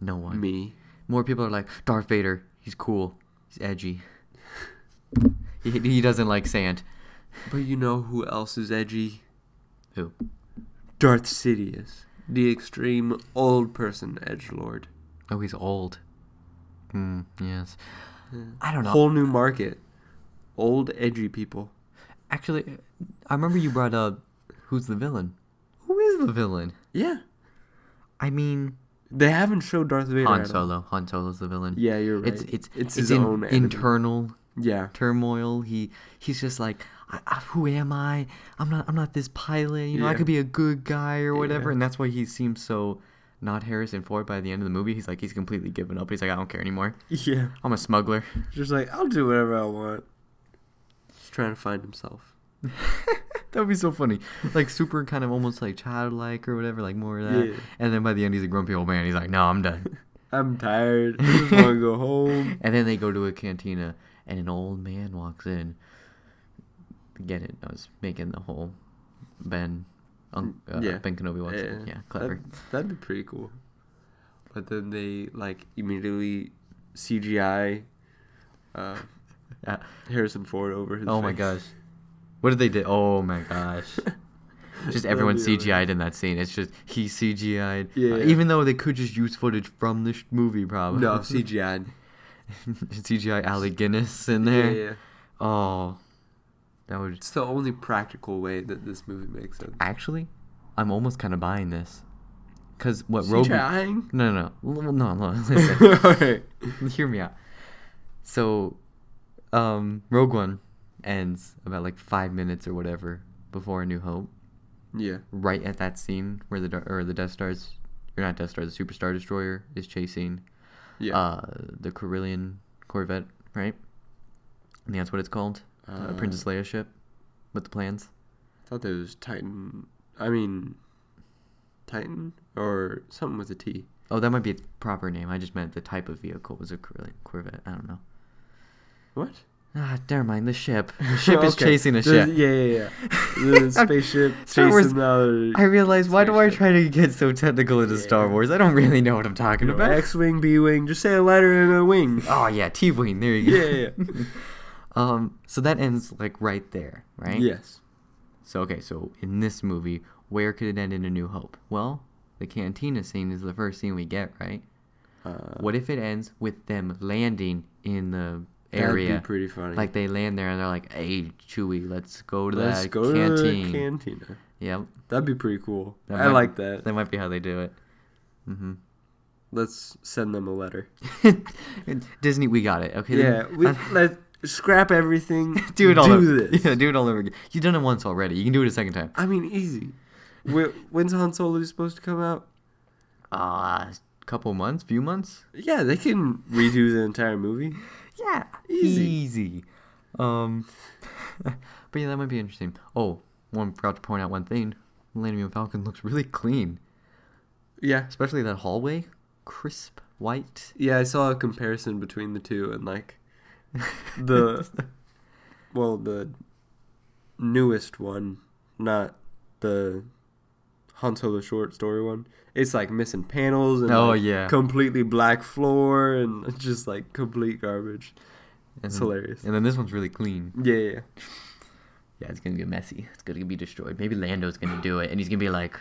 Speaker 1: No one.
Speaker 2: Me.
Speaker 1: More people are like Darth Vader. He's cool. He's edgy. he he doesn't like sand.
Speaker 2: But you know who else is edgy?
Speaker 1: Who?
Speaker 2: Darth Sidious, the extreme old person edge lord.
Speaker 1: Oh, he's old. Hmm. Yes. I don't know.
Speaker 2: Whole new market. Old edgy people.
Speaker 1: Actually, I remember you brought up who's the villain. Who is the villain?
Speaker 2: Yeah.
Speaker 1: I mean,
Speaker 2: They haven't showed Darth Vader.
Speaker 1: Han
Speaker 2: at all.
Speaker 1: Solo. Han Solo's the villain.
Speaker 2: Yeah, you're right.
Speaker 1: It's it's
Speaker 2: it's his
Speaker 1: in-
Speaker 2: own enemy.
Speaker 1: internal
Speaker 2: Yeah.
Speaker 1: turmoil. He he's just like, I, I, who am I? I'm not I'm not this pilot. You know, I
Speaker 2: Yeah.
Speaker 1: could be a good guy or whatever.
Speaker 2: Yeah.
Speaker 1: And that's why he seems so not Harrison Ford by the end of the movie. He's like he's completely given up. He's like I don't care anymore.
Speaker 2: Yeah.
Speaker 1: I'm a smuggler.
Speaker 2: Just like, I'll do whatever I want. He's trying to find himself.
Speaker 1: that would be so funny. Like super kind of almost like childlike or whatever, like more of that.
Speaker 2: Yeah.
Speaker 1: And then by the end he's a grumpy old man. He's like, "No, I'm done."
Speaker 2: I'm tired. I just want to go home.
Speaker 1: And then they go to a cantina, and an old man walks in. Get it? I was making the whole Ben, un- uh,
Speaker 2: Yeah.
Speaker 1: Ben Kenobi walks
Speaker 2: Yeah,
Speaker 1: in. Yeah, clever.
Speaker 2: That'd, that'd be pretty cool. But then they, like, immediately CGI uh,
Speaker 1: Uh,
Speaker 2: Harrison Ford over his
Speaker 1: oh my
Speaker 2: face.
Speaker 1: gosh, what did they do? Oh my gosh. Just
Speaker 2: That'd
Speaker 1: everyone
Speaker 2: be hilarious.
Speaker 1: CGI'd in that scene. It's just he CGI'd.
Speaker 2: Yeah,
Speaker 1: Uh,
Speaker 2: yeah.
Speaker 1: even though they could just use footage from this movie, probably.
Speaker 2: No, CGI.
Speaker 1: CGI Allie Guinness in
Speaker 2: Yeah,
Speaker 1: there.
Speaker 2: yeah.
Speaker 1: Oh, that would
Speaker 2: It's the only practical way that this movie makes sense.
Speaker 1: actually. I'm almost kind of buying this, cause what Roby?
Speaker 2: CGIing?
Speaker 1: No, no, no, L- no, no. Listen,
Speaker 2: Alright.
Speaker 1: hear me out. So, um, Rogue One ends about like five minutes or whatever before A New Hope.
Speaker 2: Yeah.
Speaker 1: Right at that scene where the Dar- or the Death Star's, or not Death Star, the Super Star Destroyer is chasing
Speaker 2: Yeah.
Speaker 1: uh the Carillion Corvette, right? And that's what it's called, uh,
Speaker 2: Uh,
Speaker 1: Princess Leia ship, with the plans.
Speaker 2: thought that was Titan. I mean, Titan or something with a T.
Speaker 1: Oh, that might be a proper name. I just meant the type of vehicle was a Carillion Corvette. I don't know.
Speaker 2: What?
Speaker 1: Ah, never mind. The ship. The ship is
Speaker 2: Okay.
Speaker 1: chasing a
Speaker 2: The-
Speaker 1: ship.
Speaker 2: Yeah, yeah, yeah. The spaceship
Speaker 1: Star Wars-
Speaker 2: chasing the other.
Speaker 1: I realize why do I
Speaker 2: Spaceship.
Speaker 1: try to get so technical into Star
Speaker 2: Yeah.
Speaker 1: Wars? I don't really know what I'm talking
Speaker 2: You know,
Speaker 1: about.
Speaker 2: X-wing, B-wing. Just say a letter and a wing.
Speaker 1: Oh yeah, T Wing. There you
Speaker 2: yeah,
Speaker 1: go.
Speaker 2: yeah. yeah.
Speaker 1: Um. So that ends like right there, right?
Speaker 2: Yes.
Speaker 1: So okay. So in this movie, where could it end in A New Hope? Well, the cantina scene is the first scene we get, right?
Speaker 2: Uh,
Speaker 1: What if it ends with them landing in the
Speaker 2: that'd
Speaker 1: area?
Speaker 2: be pretty funny.
Speaker 1: Like they land there and they're like, "Hey, Chewie, let's go to
Speaker 2: let's
Speaker 1: that
Speaker 2: go
Speaker 1: canteen."
Speaker 2: to the cantina.
Speaker 1: yep.
Speaker 2: That'd be pretty cool.
Speaker 1: That
Speaker 2: I
Speaker 1: might-
Speaker 2: like that.
Speaker 1: That might be how they do it. Mm-hmm.
Speaker 2: Let's send them a letter.
Speaker 1: Disney, we got it. Okay.
Speaker 2: Yeah,
Speaker 1: then-
Speaker 2: we let scrap everything.
Speaker 1: do it all
Speaker 2: Do
Speaker 1: over.
Speaker 2: this.
Speaker 1: Yeah, do it all over again. You've done it once already. You can do it a second time.
Speaker 2: I mean, easy. Wh- When's Han Solo supposed to come out?
Speaker 1: Uh couple months, few months.
Speaker 2: Yeah, they can redo the entire movie.
Speaker 1: Yeah,
Speaker 2: Easy.
Speaker 1: easy. Um, but yeah, that might be interesting. Oh, one forgot to point out one thing. Millennium Falcon looks really clean,
Speaker 2: Yeah.
Speaker 1: especially that hallway, crisp white.
Speaker 2: Yeah, I saw a comparison between the two and like the well the newest one, not the Han Solo short story one. It's like missing panels and
Speaker 1: Oh,
Speaker 2: like,
Speaker 1: yeah.
Speaker 2: completely black floor and it's just like complete garbage.
Speaker 1: And
Speaker 2: It's
Speaker 1: then,
Speaker 2: hilarious.
Speaker 1: Mm-hmm. and then this one's really clean.
Speaker 2: Yeah, yeah, yeah.
Speaker 1: Yeah, it's gonna get messy. It's gonna be destroyed. Maybe Lando's gonna do it, and he's gonna be like,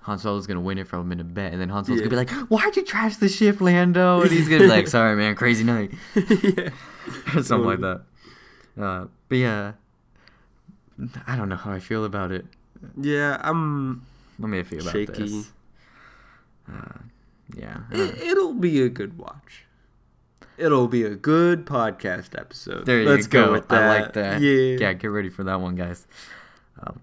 Speaker 1: Han Solo's gonna win it from him in a bet, and then Han Solo's
Speaker 2: Yeah.
Speaker 1: gonna be like, "Why'd you trash the ship, Lando?" And he's gonna be like, "Sorry, man, crazy night,"
Speaker 2: yeah.
Speaker 1: or something like that. Uh, but yeah, I don't know how I feel about it.
Speaker 2: Yeah, I'm.
Speaker 1: Let me feel about
Speaker 2: Shaky.
Speaker 1: this. Uh, yeah, I don't-
Speaker 2: It, it'll be a good watch. It'll be a good podcast episode.
Speaker 1: there you
Speaker 2: Let's
Speaker 1: go.
Speaker 2: with
Speaker 1: I
Speaker 2: that.
Speaker 1: like that.
Speaker 2: Yeah.
Speaker 1: yeah, get ready for that one, guys. Um,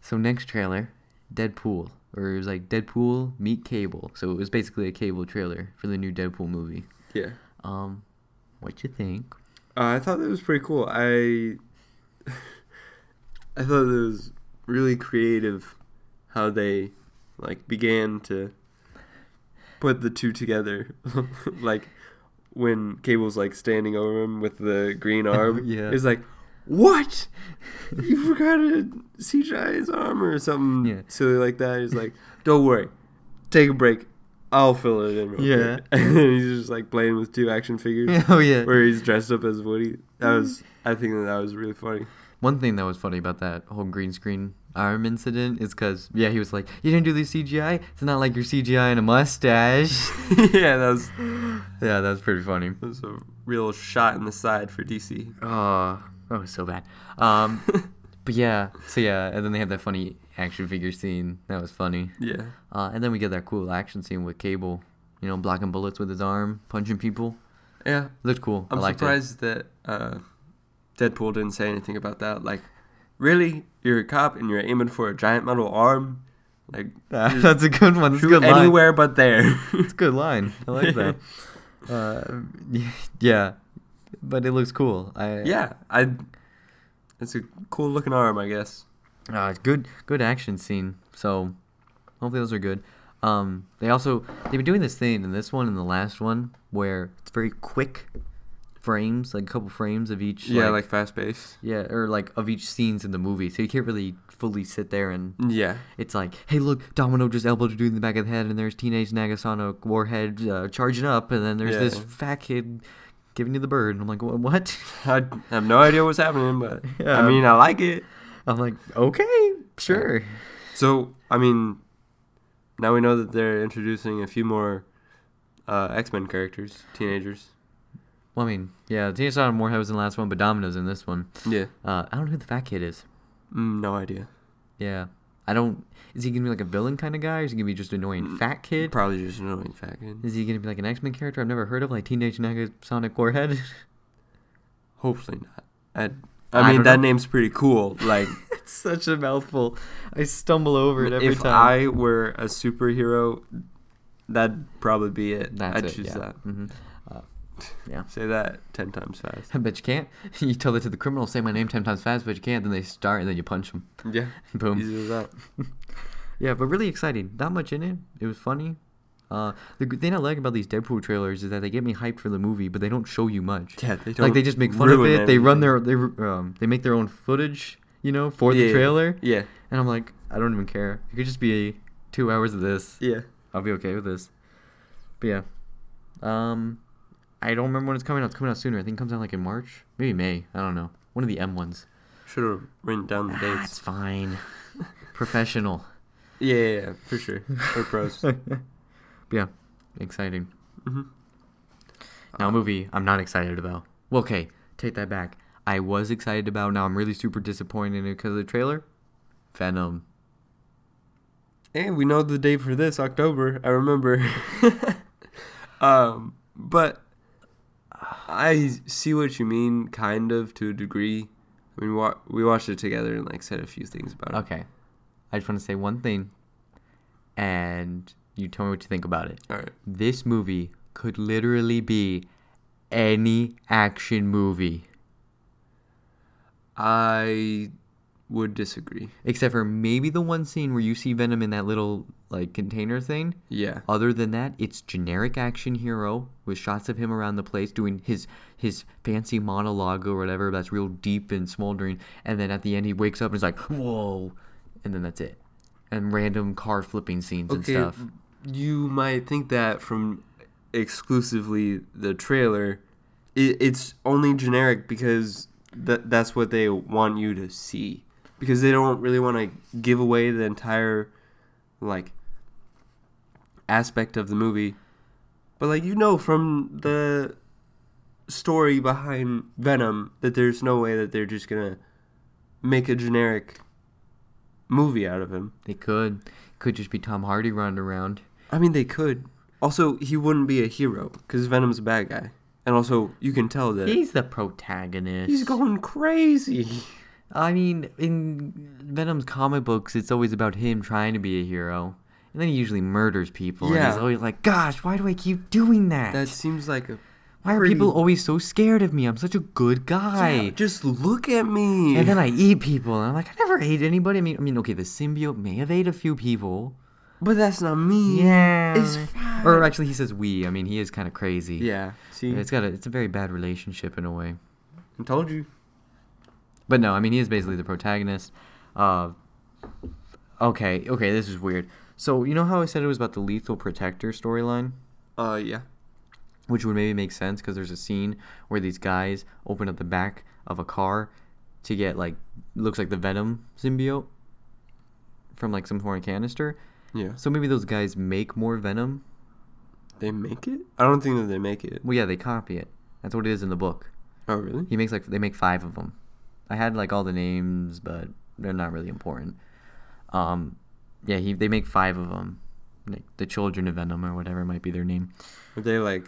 Speaker 1: so next trailer, Deadpool, or it was like Deadpool meet Cable. So it was basically a Cable trailer for the new Deadpool movie.
Speaker 2: Yeah.
Speaker 1: Um, what you think?
Speaker 2: Uh, I thought that was pretty cool. I I thought it was really creative how they like began to put the two together. like when Cable's like standing over him with the green arm,
Speaker 1: Yeah.
Speaker 2: it's like, "What? You forgot to CGI his arm or something
Speaker 1: Yeah.
Speaker 2: silly like that." He's like, "Don't worry, take a break. I'll fill it in." Real
Speaker 1: Yeah.
Speaker 2: quick." and then he's just like playing with two action figures
Speaker 1: oh yeah.
Speaker 2: where he's dressed up as Woody. That was I think that, that was really funny.
Speaker 1: One thing that was funny about that whole green screen arm incident is because yeah, he was like, "You didn't do the CGI. It's not like you're CGI in a mustache."
Speaker 2: yeah, that was
Speaker 1: yeah, that was pretty funny.
Speaker 2: that was a real shot in the side for DC.
Speaker 1: Oh, that was so bad. Um, but yeah, so yeah, and then they have that funny action figure scene. That was funny.
Speaker 2: Yeah.
Speaker 1: Uh, and then we get that cool action scene with Cable, you know, blocking bullets with his arm, punching people.
Speaker 2: Yeah.
Speaker 1: Looked cool.
Speaker 2: I'm
Speaker 1: I liked
Speaker 2: surprised that uh, Deadpool didn't say anything about that. Like, really? You're a cop and you're aiming for a giant metal arm? Like
Speaker 1: it. That's a good one. That's a
Speaker 2: shoot
Speaker 1: good line.
Speaker 2: anywhere but there.
Speaker 1: It's a good line. I like that. Uh, yeah, but it looks cool. I,
Speaker 2: yeah. I it's a cool looking arm, I guess.
Speaker 1: Uh, good, good action scene. So, hopefully those are good. Um, they also they've been doing this thing in this one and the last one where it's very quick frames, like a couple frames of each.
Speaker 2: Yeah, like fast paced.
Speaker 1: yeah, or like of each scenes in the movie. So you can't really fully sit there and
Speaker 2: Yeah.
Speaker 1: it's like, hey, look, Domino just elbowed a dude in the back of the head, and there's teenage Nagasano warhead uh, charging up, and then there's
Speaker 2: Yeah.
Speaker 1: this fat kid giving you the bird, and I'm like, "Wha- what?
Speaker 2: I have no idea what's happening, but
Speaker 1: Yeah.
Speaker 2: I mean I like it.
Speaker 1: I'm like, okay, sure.
Speaker 2: So, I mean, now we know that they're introducing a few more uh, X Men characters, teenagers.
Speaker 1: Well, I mean, yeah, Teenage Saddam Warhead was in the last one, but Domino's in this one.
Speaker 2: Yeah.
Speaker 1: Uh, I don't know who the fat kid is.
Speaker 2: Mm, no idea.
Speaker 1: Yeah. I don't. Is he going to be like a villain kind of guy? Or is he going to be just annoying fat kid?
Speaker 2: Probably just an annoying fat kid.
Speaker 1: Is he going to be like an X Men character I've never heard of, like Teenage Nagasonic Warhead?
Speaker 2: Hopefully not. I,
Speaker 1: I
Speaker 2: I mean,
Speaker 1: don't
Speaker 2: that
Speaker 1: know.
Speaker 2: name's pretty cool. Like,
Speaker 1: it's such a mouthful. I stumble over it every
Speaker 2: if
Speaker 1: time.
Speaker 2: I were a superhero, that'd probably be it.
Speaker 1: That's
Speaker 2: I'd
Speaker 1: it,
Speaker 2: choose
Speaker 1: yeah.
Speaker 2: that.
Speaker 1: Mhm. Uh, yeah.
Speaker 2: Say that 10 times fast.
Speaker 1: I bet you can't. You tell that to the criminal, say my name 10 times fast, but you can't. Then they start and then you punch them.
Speaker 2: Yeah.
Speaker 1: Boom.
Speaker 2: Easy as that.
Speaker 1: Yeah, but really exciting. Not much in it. It was funny. Uh, the good thing I like about these Deadpool trailers is that they get me hyped for the movie, but they don't show you much.
Speaker 2: Yeah, they
Speaker 1: like they
Speaker 2: don't
Speaker 1: just make fun of it.
Speaker 2: ruin
Speaker 1: They run
Speaker 2: everything.
Speaker 1: their they um they make their own footage, you know, for the
Speaker 2: Yeah.
Speaker 1: trailer.
Speaker 2: Yeah.
Speaker 1: And I'm like, I don't even care. It could just be two hours of this.
Speaker 2: Yeah.
Speaker 1: I'll be okay with this. But yeah, um, I don't remember when it's coming out. It's coming out sooner. I think it comes out like in March, maybe May. I don't know. One of the M ones.
Speaker 2: Should have written down the
Speaker 1: Ah, it's
Speaker 2: dates.
Speaker 1: fine. Professional.
Speaker 2: Yeah, yeah, yeah, for sure. We're pros. Mm-hmm.
Speaker 1: Yeah, exciting.
Speaker 2: Mhm.
Speaker 1: Now, a
Speaker 2: Uh-huh.
Speaker 1: movie I'm not excited about. Well, okay, take that back. I was excited about. Now I'm really super disappointed because of the trailer. Venom.
Speaker 2: Hey, we know the date for this October. I remember. um, but I see what you mean, kind of to a degree. I mean, wa- we watched it together and like said a few things about it.
Speaker 1: Okay, I just want to say one thing, and you tell me what you think about it.
Speaker 2: All right.
Speaker 1: This movie could literally be any action movie,
Speaker 2: I would disagree.
Speaker 1: except for maybe the one scene where you see Venom in that little like container thing.
Speaker 2: Yeah.
Speaker 1: Other than that, it's generic action hero with shots of him around the place doing his his fancy monologue or whatever that's real deep and smoldering. And then at the end, he wakes up and is like, "Whoa!" And then that's it. And random car flipping scenes and
Speaker 2: Okay.
Speaker 1: stuff.
Speaker 2: You might think that from exclusively the trailer, it, it's only generic because th- that's what they want you to see. Because they don't really want to give away the entire like aspect of the movie. But like you know from the story behind Venom that there's no way that they're just gonna make a generic movie out of him.
Speaker 1: They could could just be Tom Hardy running around.
Speaker 2: I mean, they could. Also, he wouldn't be a hero because Venom's a bad guy, and also you can tell that
Speaker 1: He's the protagonist.
Speaker 2: he's going crazy.
Speaker 1: I mean, in Venom's comic books, it's always about him trying to be a hero. And then he usually murders people. And he's
Speaker 2: Yeah.
Speaker 1: always like, gosh, why do I keep doing that?
Speaker 2: That seems like a
Speaker 1: why are
Speaker 2: pretty-
Speaker 1: people always so scared of me? I'm such a good guy.
Speaker 2: Just look at me.
Speaker 1: And then I eat people. And I'm like, I never ate anybody. I mean, I mean, okay, the symbiote may have ate a few people.
Speaker 2: but that's not me.
Speaker 1: Yeah.
Speaker 2: It's fine.
Speaker 1: Or actually, he says we. I mean, he is kind of crazy.
Speaker 2: Yeah. See,
Speaker 1: It's got a, it's a very bad relationship in a way.
Speaker 2: I told you.
Speaker 1: But no, I mean he is basically the protagonist. Uh, okay, okay, this is weird. So you know how I said it was about the lethal protector storyline,
Speaker 2: Uh, yeah.
Speaker 1: which would maybe make sense because there's a scene where these guys open up the back of a car to get like looks like the venom symbiote from like some foreign canister.
Speaker 2: Yeah.
Speaker 1: So maybe those guys make more venom.
Speaker 2: They make it? I don't think that they make it.
Speaker 1: Well, yeah, they copy it. That's what it is in the book.
Speaker 2: Oh, really?
Speaker 1: He makes like they make five of them. I had like all the names, but they're not really important. Um, yeah, he they make five of them, like the Children of Venom or whatever might be their name.
Speaker 2: Are they like?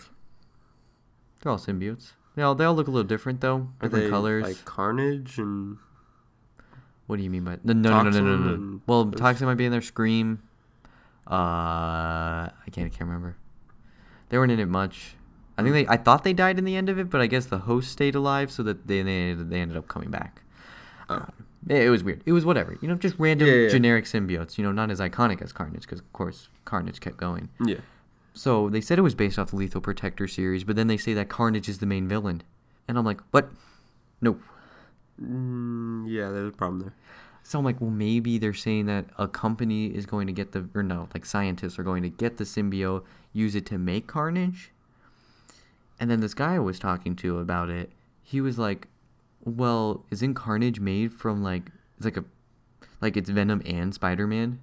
Speaker 1: They're all symbiotes. They all they all look a little different though,
Speaker 2: Are
Speaker 1: different
Speaker 2: they
Speaker 1: colors.
Speaker 2: like Carnage and?
Speaker 1: what do you mean by no no no no no no? no.
Speaker 2: Toxin
Speaker 1: Well,
Speaker 2: and-
Speaker 1: Toxin might be in there. Scream. Uh, I can't I can't remember. They weren't in it much. I think they I thought they died in the end of it, but I guess the host stayed alive so that they they, they ended up coming back. Um,
Speaker 2: Oh.
Speaker 1: It, it was weird. It was whatever. You know, just random
Speaker 2: Yeah, yeah, yeah.
Speaker 1: generic symbiotes. You know, not as iconic as Carnage, because of course Carnage kept going.
Speaker 2: Yeah.
Speaker 1: So they said it was based off the Lethal Protector series, but then they say that Carnage is the main villain, and I'm like, what? No.
Speaker 2: Mm, yeah. There's a problem there.
Speaker 1: So I'm like, well, maybe they're saying that a company is going to get the, or no, like scientists are going to get the symbiote, use it to make Carnage. And then this guy I was talking to about it, he was like, well, isn't Carnage made from like, it's like a, like it's Venom and Spider Man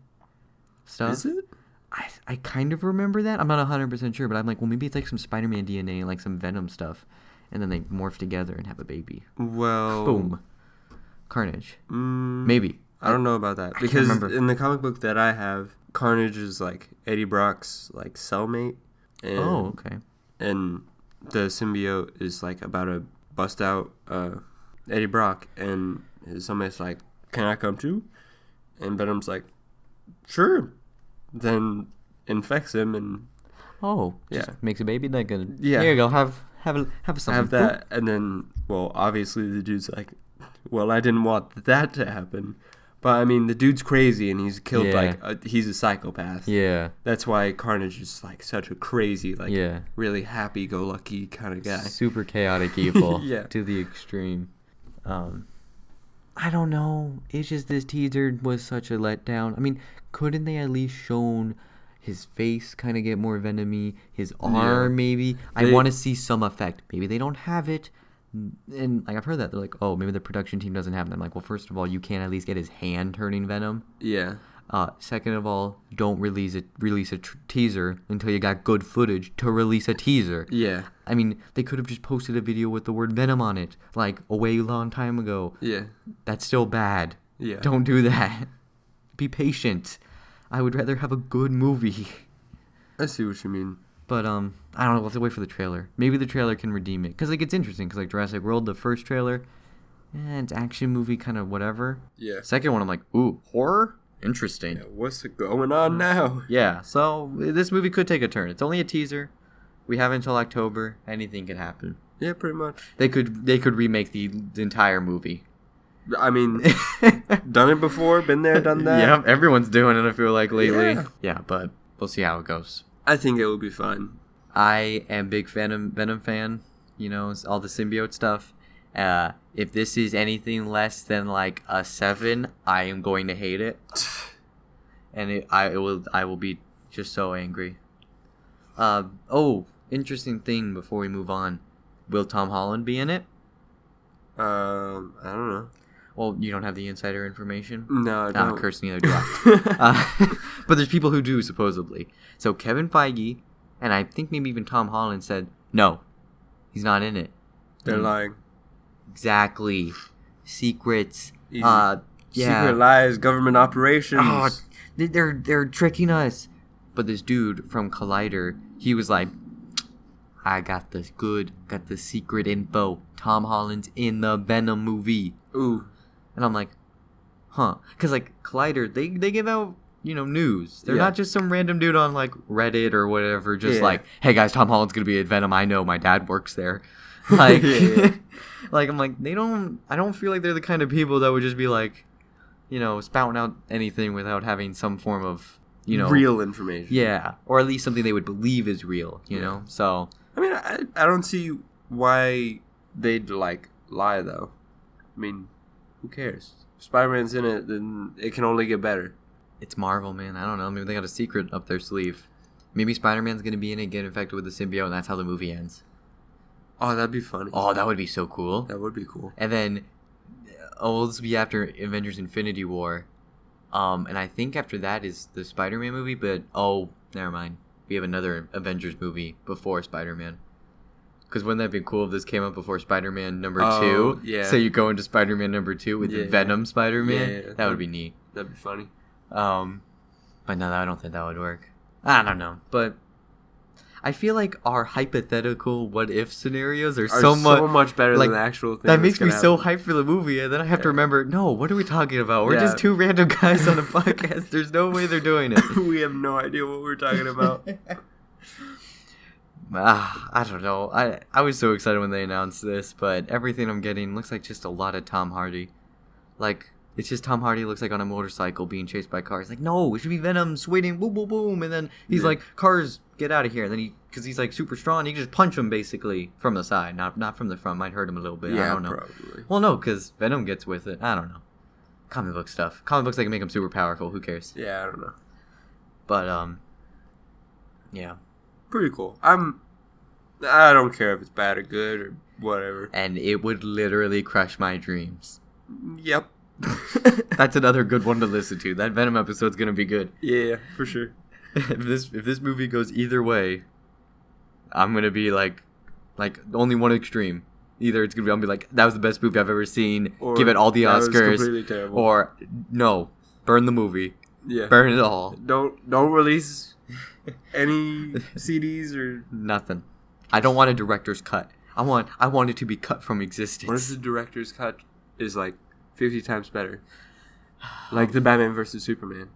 Speaker 1: stuff?
Speaker 2: Is it?
Speaker 1: I, I kind of remember that. I'm not 100% sure, but I'm like, well, maybe it's like some Spider Man DNA and like some Venom stuff. And then they morph together and have a baby.
Speaker 2: Well.
Speaker 1: Boom. Carnage.
Speaker 2: Mm,
Speaker 1: Maybe.
Speaker 2: I don't know about that
Speaker 1: can't
Speaker 2: because
Speaker 1: remember.
Speaker 2: in the comic book that I have, Carnage is like Eddie Brock's like cellmate, and
Speaker 1: Oh, okay.
Speaker 2: and the symbiote is like about to bust out uh, Eddie Brock, and his cellmate's like, "Can I come too?" And Venom's like, "Sure." Then infects him and
Speaker 1: Oh, just
Speaker 2: Yeah.
Speaker 1: makes a baby like a
Speaker 2: Yeah.
Speaker 1: Here you go. Have have a, have something.
Speaker 2: have that, and then well, obviously the dude's like, "Well, I didn't want that to happen." But I mean, the dude's crazy, and he's killed
Speaker 1: Yeah.
Speaker 2: like a, he's a psychopath.
Speaker 1: Yeah,
Speaker 2: That's why Carnage is like such a crazy, like
Speaker 1: yeah.
Speaker 2: really happy-go-lucky kind of guy.
Speaker 1: Super chaotic evil
Speaker 2: Yeah.
Speaker 1: to the extreme. Um, I don't know. It's just this teaser was such a letdown. I mean, couldn't they at least shown his face kind of get more venomy, his arm maybe? I
Speaker 2: They-
Speaker 1: want to see some effect. Maybe they don't have it. And like I've heard that they're like, oh, maybe the production team doesn't have them. Like, well, first of all, you can't at least get his hand turning venom.
Speaker 2: Yeah,
Speaker 1: Uh, second of all, don't release a release a tr- teaser until you got good footage to release a teaser.
Speaker 2: yeah,
Speaker 1: I mean, they could have just posted a video with the word Venom on it, like a way long time ago.
Speaker 2: yeah,
Speaker 1: That's still bad.
Speaker 2: yeah.
Speaker 1: Don't do that. Be patient. I would rather have a good movie.
Speaker 2: I see what you mean.
Speaker 1: But um, I don't know. We'll have to wait for the trailer. Maybe the trailer can redeem it, cause like it's interesting. Cause like Jurassic World, the first trailer, eh, it's action movie kind of whatever.
Speaker 2: Yeah.
Speaker 1: Second one, I'm like, ooh, horror, interesting.
Speaker 2: What's going on now?
Speaker 1: Yeah, so this movie could take a turn. It's only a teaser. We have until October. Anything could happen.
Speaker 2: Yeah, pretty much.
Speaker 1: They could they could remake the, the entire movie
Speaker 2: I mean, done it before, been there, done that.
Speaker 1: Yeah, everyone's doing it. I feel like lately.
Speaker 2: Yeah.
Speaker 1: Yeah. but we'll see how it goes.
Speaker 2: I think it will be fun.
Speaker 1: I am big Venom Venom fan. You know s- all the symbiote stuff. Uh, if this is anything less than like a seven, I am going to hate it, and it, I it will I will be just so angry. Uh, oh, interesting thing before we move on, will Tom Holland be in it?
Speaker 2: Um, I don't know.
Speaker 1: Well, you don't have the insider information.
Speaker 2: Mm, No, I
Speaker 1: Not
Speaker 2: don't.
Speaker 1: a curse, neither do I. Uh, but there's people who do supposedly. So Kevin Feige, and I think maybe even Tom Holland said no, he's not in it.
Speaker 2: They're
Speaker 1: Mm.
Speaker 2: lying.
Speaker 1: Exactly. Secrets.
Speaker 2: Easy.
Speaker 1: Uh, yeah.
Speaker 2: Secret lies, government operations.
Speaker 1: Oh, they- they're they're tricking us. But this dude from Collider, he was like, I got this good, got the secret info. Tom Holland's in the Venom movie.
Speaker 2: Ooh,
Speaker 1: And I'm like, huh. Because, like, Collider, they, they give out, you know, news. They're
Speaker 2: Yeah.
Speaker 1: not just some random dude on, like, Reddit or whatever, just
Speaker 2: Yeah.
Speaker 1: like, hey guys, Tom Holland's going to be at Venom. I know my dad works there. Like,
Speaker 2: Yeah, yeah.
Speaker 1: like, I'm like, they don't, I don't feel like they're the kind of people that would just be like, you know, spouting out anything without having some form of, you know,
Speaker 2: real information.
Speaker 1: Yeah. Or at least something they would believe is real, you
Speaker 2: Yeah.
Speaker 1: know? So,
Speaker 2: I mean, I, I don't see why they'd like lie though. I mean, who cares? If Spider-Man's in it, then it can only get better.
Speaker 1: it's Marvel, man. I don't know. Maybe they got a secret up their sleeve. Maybe Spider Man's going to be in it, get infected with the symbiote, and that's how the movie ends.
Speaker 2: Oh, that'd be funny.
Speaker 1: Oh, that would be so cool.
Speaker 2: that would be cool.
Speaker 1: And then, oh, this will be after Avengers Infinity War. Um, and I think after that is the Spider Man movie, but oh, never mind. We have another Avengers movie before Spider Man. Because wouldn't that be cool if this came out before Spider Man number
Speaker 2: Oh,
Speaker 1: two?
Speaker 2: yeah.
Speaker 1: So you go into Spider Man number two with
Speaker 2: Yeah.
Speaker 1: Venom Spider Man?
Speaker 2: Yeah, yeah.
Speaker 1: That would be neat.
Speaker 2: That'd be funny.
Speaker 1: Um, but no, I don't think that would work. I don't know, but I feel like our hypothetical what if scenarios are,
Speaker 2: Are
Speaker 1: so much.
Speaker 2: better
Speaker 1: like,
Speaker 2: than the actual thing.
Speaker 1: that makes
Speaker 2: that's
Speaker 1: me
Speaker 2: gonna
Speaker 1: so
Speaker 2: happen.
Speaker 1: hyped for the movie, and then I have to
Speaker 2: Yeah.
Speaker 1: remember, no, what are we talking about? We're
Speaker 2: Yeah.
Speaker 1: just two random guys on a podcast. There's no way they're doing it.
Speaker 2: we have no idea what we're talking about.
Speaker 1: Ah, I don't know. I I was so excited when they announced this, but everything I'm getting looks like just a lot of Tom Hardy. Like it's just Tom Hardy looks like on a motorcycle being chased by cars. Like no, it should be Venom swinging, boom, boom, boom, and then he's
Speaker 2: Yeah.
Speaker 1: like, "Cars, get out of here!" And then he, because he's like super strong, he can just punch him basically from the side, not not from the front. Might hurt him a little bit. I don't know.
Speaker 2: probably.
Speaker 1: Well, no, because Venom gets with it. I don't know. Comic book stuff. Comic books they can make him super powerful. Who cares?
Speaker 2: Yeah, I don't know.
Speaker 1: But um, yeah.
Speaker 2: Pretty cool. I'm. I don't care if it's bad or good or whatever.
Speaker 1: and it would literally crush my dreams.
Speaker 2: Yep.
Speaker 1: That's another good one to listen to. That Venom episode's gonna be good.
Speaker 2: Yeah, for sure.
Speaker 1: if this if this movie goes either way, I'm gonna be like, like only one extreme. Either it's gonna be I'm gonna be like that was the best movie I've ever seen.
Speaker 2: Or
Speaker 1: Give it all the
Speaker 2: that was
Speaker 1: Oscars,
Speaker 2: completely terrible.
Speaker 1: or no, burn the movie,
Speaker 2: yeah.
Speaker 1: burn it all.
Speaker 2: Don't don't release any CDs or
Speaker 1: Nothing. I don't want a director's cut. I want I want it to be cut from existence.
Speaker 2: what if the director's cut is like fifty times better? Like the Batman versus Superman.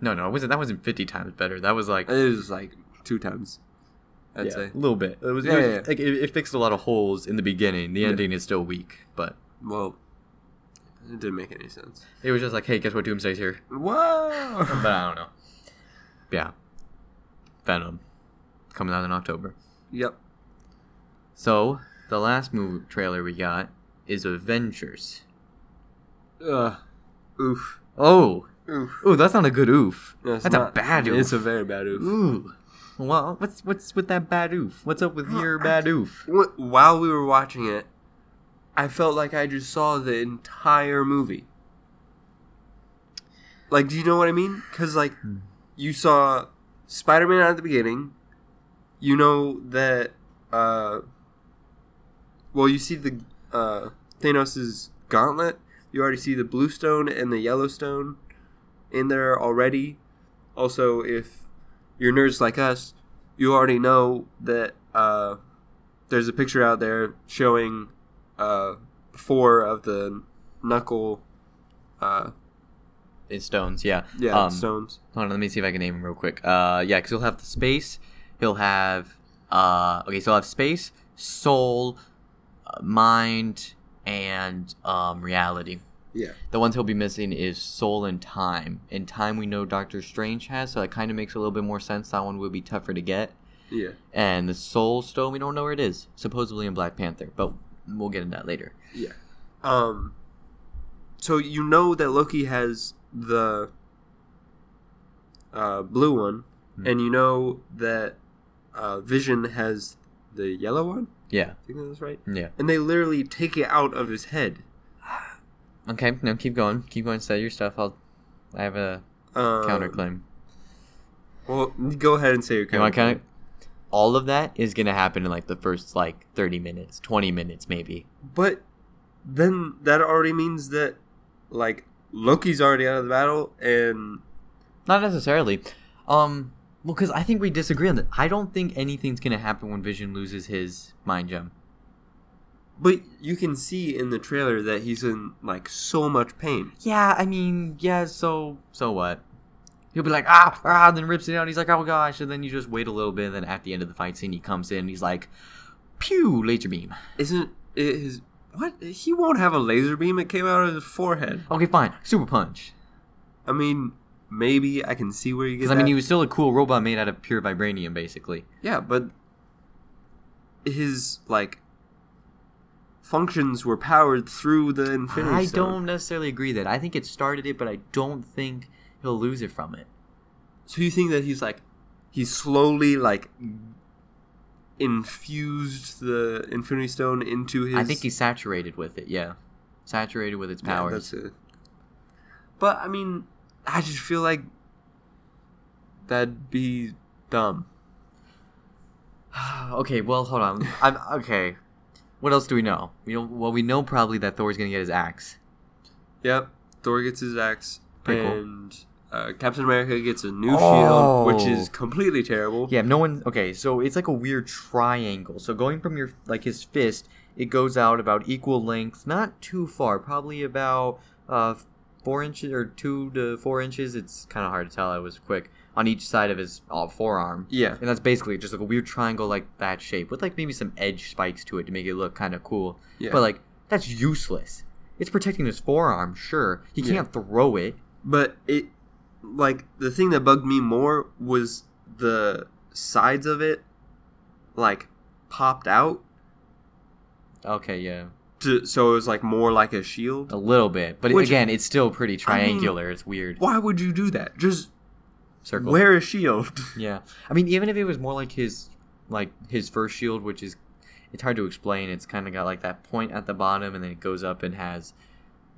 Speaker 1: no, no, it wasn't. That wasn't fifty times better. That was like
Speaker 2: It was like two times. I'd
Speaker 1: yeah,
Speaker 2: say.
Speaker 1: a little bit. It was,
Speaker 2: Yeah,
Speaker 1: it was-
Speaker 2: yeah, yeah.
Speaker 1: like it, it fixed a lot of holes in the beginning. The
Speaker 2: Yeah.
Speaker 1: ending is still weak, but
Speaker 2: Well it didn't make any sense.
Speaker 1: it was just like, hey, guess what? Doomsday's here. But I
Speaker 2: Whoa
Speaker 1: don't know. Yeah, Venom coming out in October.
Speaker 2: Yep.
Speaker 1: So the last movie trailer we got is Avengers.
Speaker 2: Ugh. Oof.
Speaker 1: Oh,
Speaker 2: Oof.
Speaker 1: ooh, that's not a good oof.
Speaker 2: No, it's
Speaker 1: that's a
Speaker 2: not-
Speaker 1: bad oof.
Speaker 2: It's a very bad oof.
Speaker 1: ooh. Well, what's what's with that bad oof? What's up with your bad oof?
Speaker 2: Wh- While we were watching it, I felt like I just saw the entire movie. Like, do you know what I mean? Because, like, you saw Spider Man at the beginning. You know that, uh, well, you see the, uh, Thanos' gauntlet. You already see the blue stone and the yellow stone in there already. Also, if you're nerds like us, you already know that, uh, there's a picture out there showing uh, four of the knuckle uh,
Speaker 1: It's stones, yeah.
Speaker 2: yeah
Speaker 1: Um,
Speaker 2: stones.
Speaker 1: Hold on, let me see if I can name him real quick. Uh, yeah, because he'll have the space. He'll have uh, okay, so he'll have space, soul, uh, mind, and um, reality.
Speaker 2: Yeah.
Speaker 1: The ones he'll be missing is Soul and Time. And Time we know Doctor Strange has, so that kind of makes a little bit more sense. That one would be tougher to get.
Speaker 2: Yeah.
Speaker 1: And the Soul Stone, we don't know where it is. Supposedly in Black Panther, but we'll get into that later.
Speaker 2: Yeah. Um so you know that Loki has the uh, blue one
Speaker 1: Hmm.
Speaker 2: and you know that uh, Vision has the yellow one.
Speaker 1: Yeah.
Speaker 2: I think that's right.
Speaker 1: Yeah.
Speaker 2: And they literally take it out of his head.
Speaker 1: Okay, no, keep going. Keep going. Say your stuff. I'll. I have a
Speaker 2: Um,
Speaker 1: counterclaim.
Speaker 2: Well, go ahead and say your
Speaker 1: You want
Speaker 2: counterclaim.
Speaker 1: counter? All of that is gonna happen in like the first like thirty minutes, twenty minutes maybe.
Speaker 2: But then that already means that like Loki's already out of the battle and
Speaker 1: Not necessarily. Um. Well, because I think we disagree on that. I don't think anything's gonna happen when Vision loses his mind gem.
Speaker 2: but you can see in the trailer that he's in like so much pain.
Speaker 1: Yeah, I mean, yeah. So, so what? He'll be like, ah, ah, then rips it out. He's like, oh gosh, and then you just wait a little bit. And then at the end of the fight scene, he comes in. he's like, pew, laser beam.
Speaker 2: Isn't it his what? He won't have a laser beam. It came out of his forehead.
Speaker 1: Okay, fine, super punch.
Speaker 2: I mean, maybe I can see where you get.
Speaker 1: Because
Speaker 2: That.
Speaker 1: I mean, he was still a cool robot made out of pure vibranium, basically.
Speaker 2: yeah, but his like functions were powered through the Infinity
Speaker 1: I
Speaker 2: Stone.
Speaker 1: don't necessarily agree that. I think it started it, but I don't think he'll lose it from it.
Speaker 2: So you think that he's like he's slowly like infused the Infinity Stone into his.
Speaker 1: I think he's saturated with it. Yeah, saturated with its
Speaker 2: Yeah,
Speaker 1: powers.
Speaker 2: that's it. But I mean, I just feel like that'd be dumb.
Speaker 1: okay, well, hold on. I'm okay. What else do we know? We don't, well, we know probably that Thor's gonna get his axe.
Speaker 2: Yep. Thor gets his axe,
Speaker 1: Pretty cool.
Speaker 2: and uh, Captain America gets a new
Speaker 1: Oh.
Speaker 2: shield, which is completely terrible.
Speaker 1: Yeah, no one. Okay, so it's like a weird triangle. So going from your like his fist, it goes out about equal length, not too far, probably about uh four inches or two to four inches. It's kind of hard to tell. I was quick on each side of his uh, forearm,
Speaker 2: Yeah.
Speaker 1: and that's basically just like a weird triangle like that shape with like maybe some edge spikes to it to make it look kind of cool.
Speaker 2: Yeah.
Speaker 1: But like that's useless. It's protecting his forearm, sure. He
Speaker 2: Yeah.
Speaker 1: can't throw it.
Speaker 2: But it, like, the thing that bugged me more was the sides of it, like, popped out.
Speaker 1: Okay, yeah,
Speaker 2: To, so it was, like, more like a shield.
Speaker 1: a little bit, but
Speaker 2: Which-
Speaker 1: again, it's still pretty triangular. it's weird.
Speaker 2: Why would you do that? Just
Speaker 1: Circle.
Speaker 2: wear a shield.
Speaker 1: Yeah, I mean, even if it was more like his, like his first shield, which is, it's hard to explain. It's kind of got like that point at the bottom, and then it goes up and has,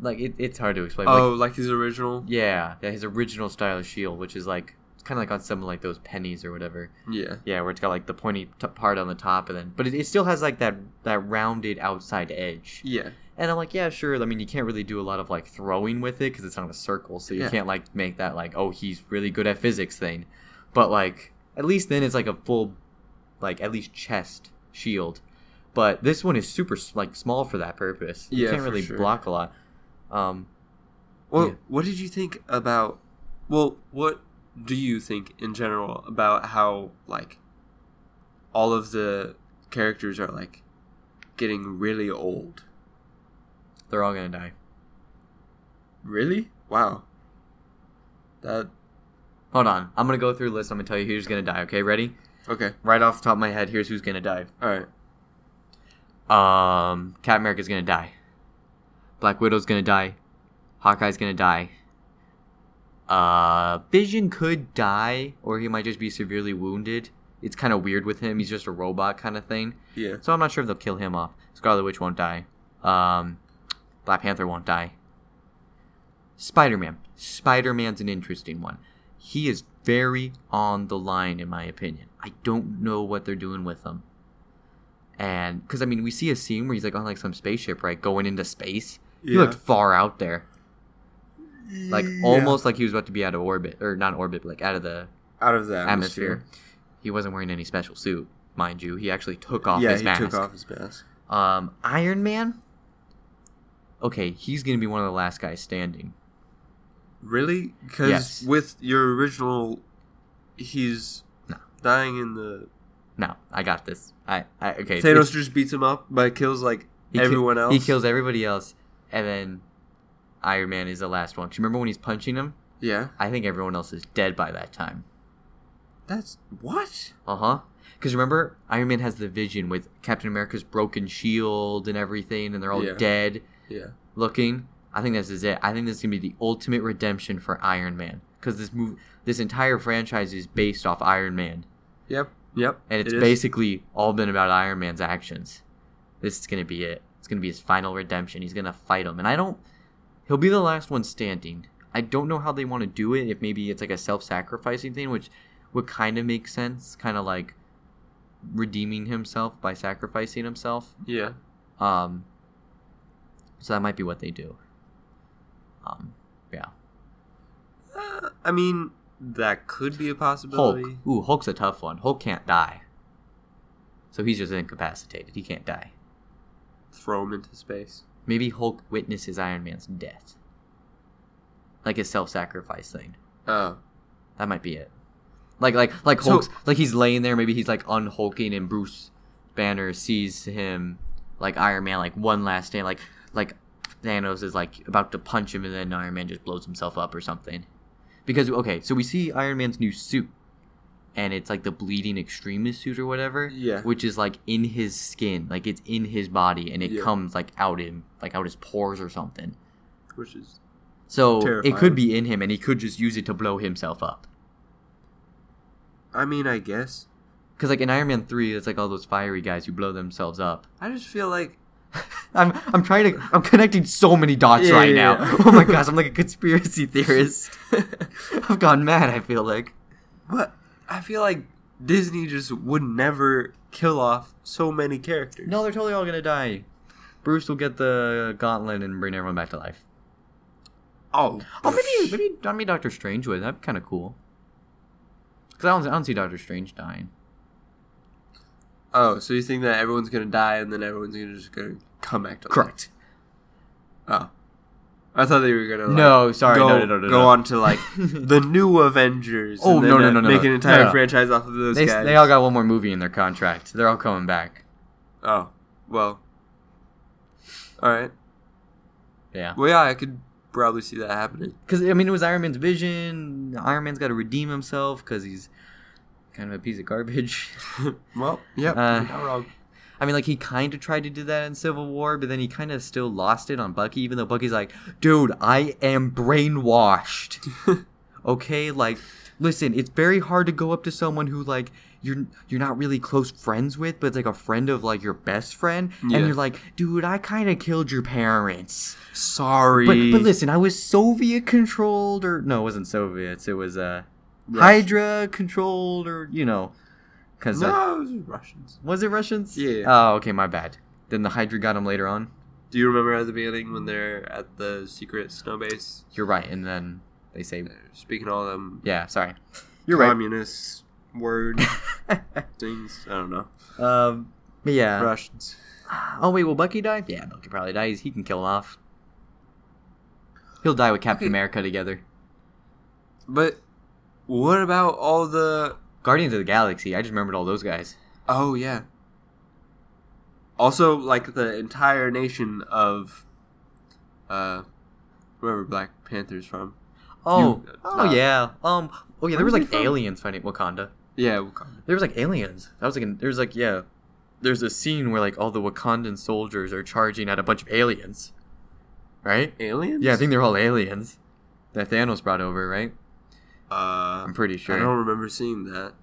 Speaker 1: like, it, it's hard to explain. but,
Speaker 2: oh,
Speaker 1: like,
Speaker 2: like his original?
Speaker 1: yeah, yeah, his original style of shield, which is like, it's kind of like on some of like those pennies or whatever.
Speaker 2: Yeah.
Speaker 1: Yeah, where it's got like the pointy t- part on the top, and then, but it, it still has like that that rounded outside edge.
Speaker 2: Yeah.
Speaker 1: And I'm like, yeah, sure. I mean, you can't really do a lot of like throwing with it because it's not a circle, so you
Speaker 2: Yeah.
Speaker 1: can't like make that like, oh, he's really good at physics thing. But like, at least then it's like a full, like at least chest shield. But this one is super s- like small for that purpose. You
Speaker 2: Yeah,
Speaker 1: can't
Speaker 2: for
Speaker 1: really
Speaker 2: sure.
Speaker 1: block a lot. Um,
Speaker 2: Well,
Speaker 1: Yeah.
Speaker 2: what did you think about? Well, what do you think in general about how like all of the characters are like getting really old?
Speaker 1: they're all gonna die.
Speaker 2: Really? Wow. That
Speaker 1: Hold on, I'm gonna go through the list. I'm gonna tell you who's gonna die. Okay, ready?
Speaker 2: okay.
Speaker 1: Right off the top of my head, here's who's gonna die.
Speaker 2: All right.
Speaker 1: Um, Cat America's gonna die. Black Widow's gonna die. Hawkeye's gonna die. Uh, Vision could die, or he might just be severely wounded. It's kind of weird with him. He's just a robot kind of thing.
Speaker 2: Yeah.
Speaker 1: So I'm not sure if they'll kill him off. Scarlet Witch won't die. Um, Black Panther won't die. Spider Man. Spider Man's an interesting one. He is very on the line, in my opinion. I don't know what they're doing with him. And, because, I mean, we see a scene where he's like on like some spaceship, right? Going into space. He
Speaker 2: Yeah.
Speaker 1: looked far out there. Like
Speaker 2: Yeah.
Speaker 1: almost like he was about to be out of orbit, or not orbit, but like out of the
Speaker 2: out of the
Speaker 1: atmosphere.
Speaker 2: atmosphere.
Speaker 1: He wasn't wearing any special suit, mind you. He actually took off
Speaker 2: yeah,
Speaker 1: his
Speaker 2: he
Speaker 1: mask.
Speaker 2: took off his mask.
Speaker 1: Um, Iron Man. Okay, he's gonna be one of the last guys standing.
Speaker 2: Really? Because
Speaker 1: Yes.
Speaker 2: with your original, he's
Speaker 1: No.
Speaker 2: dying in the
Speaker 1: No, I got this. I, I okay.
Speaker 2: Thanos
Speaker 1: it's-
Speaker 2: just beats him up, but kills like
Speaker 1: he ki-
Speaker 2: everyone else.
Speaker 1: He kills everybody else, and then Iron Man is the last one. 'Cause remember when he's punching him?
Speaker 2: Yeah.
Speaker 1: I think everyone else is dead by that time.
Speaker 2: That's what?
Speaker 1: Uh huh. Because remember, Iron Man has the vision with Captain America's broken shield and everything, and they're all
Speaker 2: Yeah.
Speaker 1: dead
Speaker 2: Yeah.
Speaker 1: looking. I think this is it. I think this is gonna be the ultimate redemption for Iron Man because this move, this entire franchise is based off Iron Man,
Speaker 2: Yep. Yep.
Speaker 1: and it's
Speaker 2: it is.
Speaker 1: basically all been about Iron Man's actions. This is gonna be it. It's gonna be his final redemption. He's gonna fight him, and I don't. He'll be the last one standing. I don't know how they want to do it. If maybe it's like a self-sacrificing thing, which would kind of make sense, kind of like redeeming himself by sacrificing himself.
Speaker 2: Yeah.
Speaker 1: Um, so that might be what they do. Um, yeah.
Speaker 2: Uh, I mean, that could be a
Speaker 1: Hulk.
Speaker 2: possibility.
Speaker 1: Ooh, Hulk's a tough one. Hulk can't die. So he's just incapacitated. He can't die.
Speaker 2: Throw him into space.
Speaker 1: Maybe Hulk witnesses Iron Man's death. Like a self sacrifice thing.
Speaker 2: Oh.
Speaker 1: That might be it. Like like like
Speaker 2: So-
Speaker 1: Hulk's like he's laying there, maybe he's like unhulking and Bruce Banner sees him like Iron Man like one last day, like like Thanos is like about to punch him and then Iron Man just blows himself up or something. Because okay, so we see Iron Man's new suit and it's like the bleeding extremist suit or whatever.
Speaker 2: Yeah.
Speaker 1: Which is like in his skin. Like it's in his body and it
Speaker 2: Yeah.
Speaker 1: comes like out him like out his pores or something.
Speaker 2: Which is.
Speaker 1: So it could
Speaker 2: Terrifying.
Speaker 1: be in him and he could just use it to blow himself up.
Speaker 2: I mean, I guess.
Speaker 1: Because like in Iron Man three, it's like all those fiery guys who blow themselves up.
Speaker 2: I just feel like.
Speaker 1: I'm I'm trying to I'm connecting so many dots
Speaker 2: Yeah,
Speaker 1: right
Speaker 2: yeah,
Speaker 1: now.
Speaker 2: yeah.
Speaker 1: Oh my gosh, I'm like a conspiracy theorist. I've gone mad. I feel like.
Speaker 2: But I feel like Disney just would never kill off so many characters.
Speaker 1: No, they're totally all gonna die. Bruce will get the gauntlet and bring everyone back to life.
Speaker 2: Oh.
Speaker 1: Oh, maybe maybe I mean Doctor Strange would. That'd be kind of cool. Because I don't I don't see Doctor Strange dying.
Speaker 2: Oh, so you think that everyone's gonna die and then everyone's gonna just gonna come back to life? Oh. I thought they were gonna like,
Speaker 1: No, sorry,
Speaker 2: go,
Speaker 1: no, no, no, no,
Speaker 2: go
Speaker 1: no.
Speaker 2: on to like the new Avengers.
Speaker 1: Oh,
Speaker 2: and then,
Speaker 1: no, no,
Speaker 2: uh,
Speaker 1: no, no,
Speaker 2: Make
Speaker 1: no.
Speaker 2: an entire
Speaker 1: No, no.
Speaker 2: franchise off of those
Speaker 1: They,
Speaker 2: guys.
Speaker 1: they all got one more movie in their contract. They're all coming back.
Speaker 2: Oh, well. All right.
Speaker 1: Yeah.
Speaker 2: Well, yeah, I could probably see that happening.
Speaker 1: Because I mean, it was Iron Man's vision. Iron Man's got to redeem himself because he's kind of a piece of garbage.
Speaker 2: well, yeah,
Speaker 1: Uh,
Speaker 2: you're not wrong.
Speaker 1: I mean, like he kind of tried to do that in Civil War, but then he kind of still lost it on Bucky. Even though Bucky's like, "Dude, I am brainwashed." okay, like, listen, it's very hard to go up to someone who like you're you're not really close friends with, but it's like a friend of like your best friend,
Speaker 2: Yeah.
Speaker 1: and you're like, "Dude, I kind of killed your parents."
Speaker 2: Sorry.
Speaker 1: But, but listen, I was Soviet controlled, or no, it wasn't Soviets. It was uh,
Speaker 2: Rush-
Speaker 1: Hydra controlled, or you know, because
Speaker 2: No, it was Russians.
Speaker 1: was it Russians?
Speaker 2: Yeah.
Speaker 1: Oh, okay, my bad. Then the Hydra got him later on.
Speaker 2: Do you remember at the beginning when they're at the secret snow base?
Speaker 1: You're right. And then they say,
Speaker 2: They're speaking all them
Speaker 1: yeah, sorry, you're right.
Speaker 2: communist word things. I don't know.
Speaker 1: um, but yeah.
Speaker 2: Russians.
Speaker 1: Oh wait, will Bucky die? Yeah, Bucky probably dies. He can kill him off. He'll die with Captain
Speaker 2: Okay.
Speaker 1: America together.
Speaker 2: But what about all the?
Speaker 1: Guardians of the Galaxy. I just remembered all those guys.
Speaker 2: Oh yeah. Also, like the entire nation of, uh, wherever Black Panther's from.
Speaker 1: Oh,
Speaker 2: You-
Speaker 1: oh yeah. Um, oh yeah. There
Speaker 2: Where
Speaker 1: was
Speaker 2: was he
Speaker 1: like
Speaker 2: from?
Speaker 1: aliens fighting Wakanda.
Speaker 2: Yeah, Wakanda.
Speaker 1: There was like aliens. That was like an, there was like yeah. There's a scene where like all the Wakandan soldiers are charging at a bunch of aliens, right?
Speaker 2: Aliens.
Speaker 1: Yeah, I think they're all aliens that Thanos brought over, right?
Speaker 2: Uh,
Speaker 1: I'm pretty sure.
Speaker 2: I
Speaker 1: I,
Speaker 2: don't remember seeing that.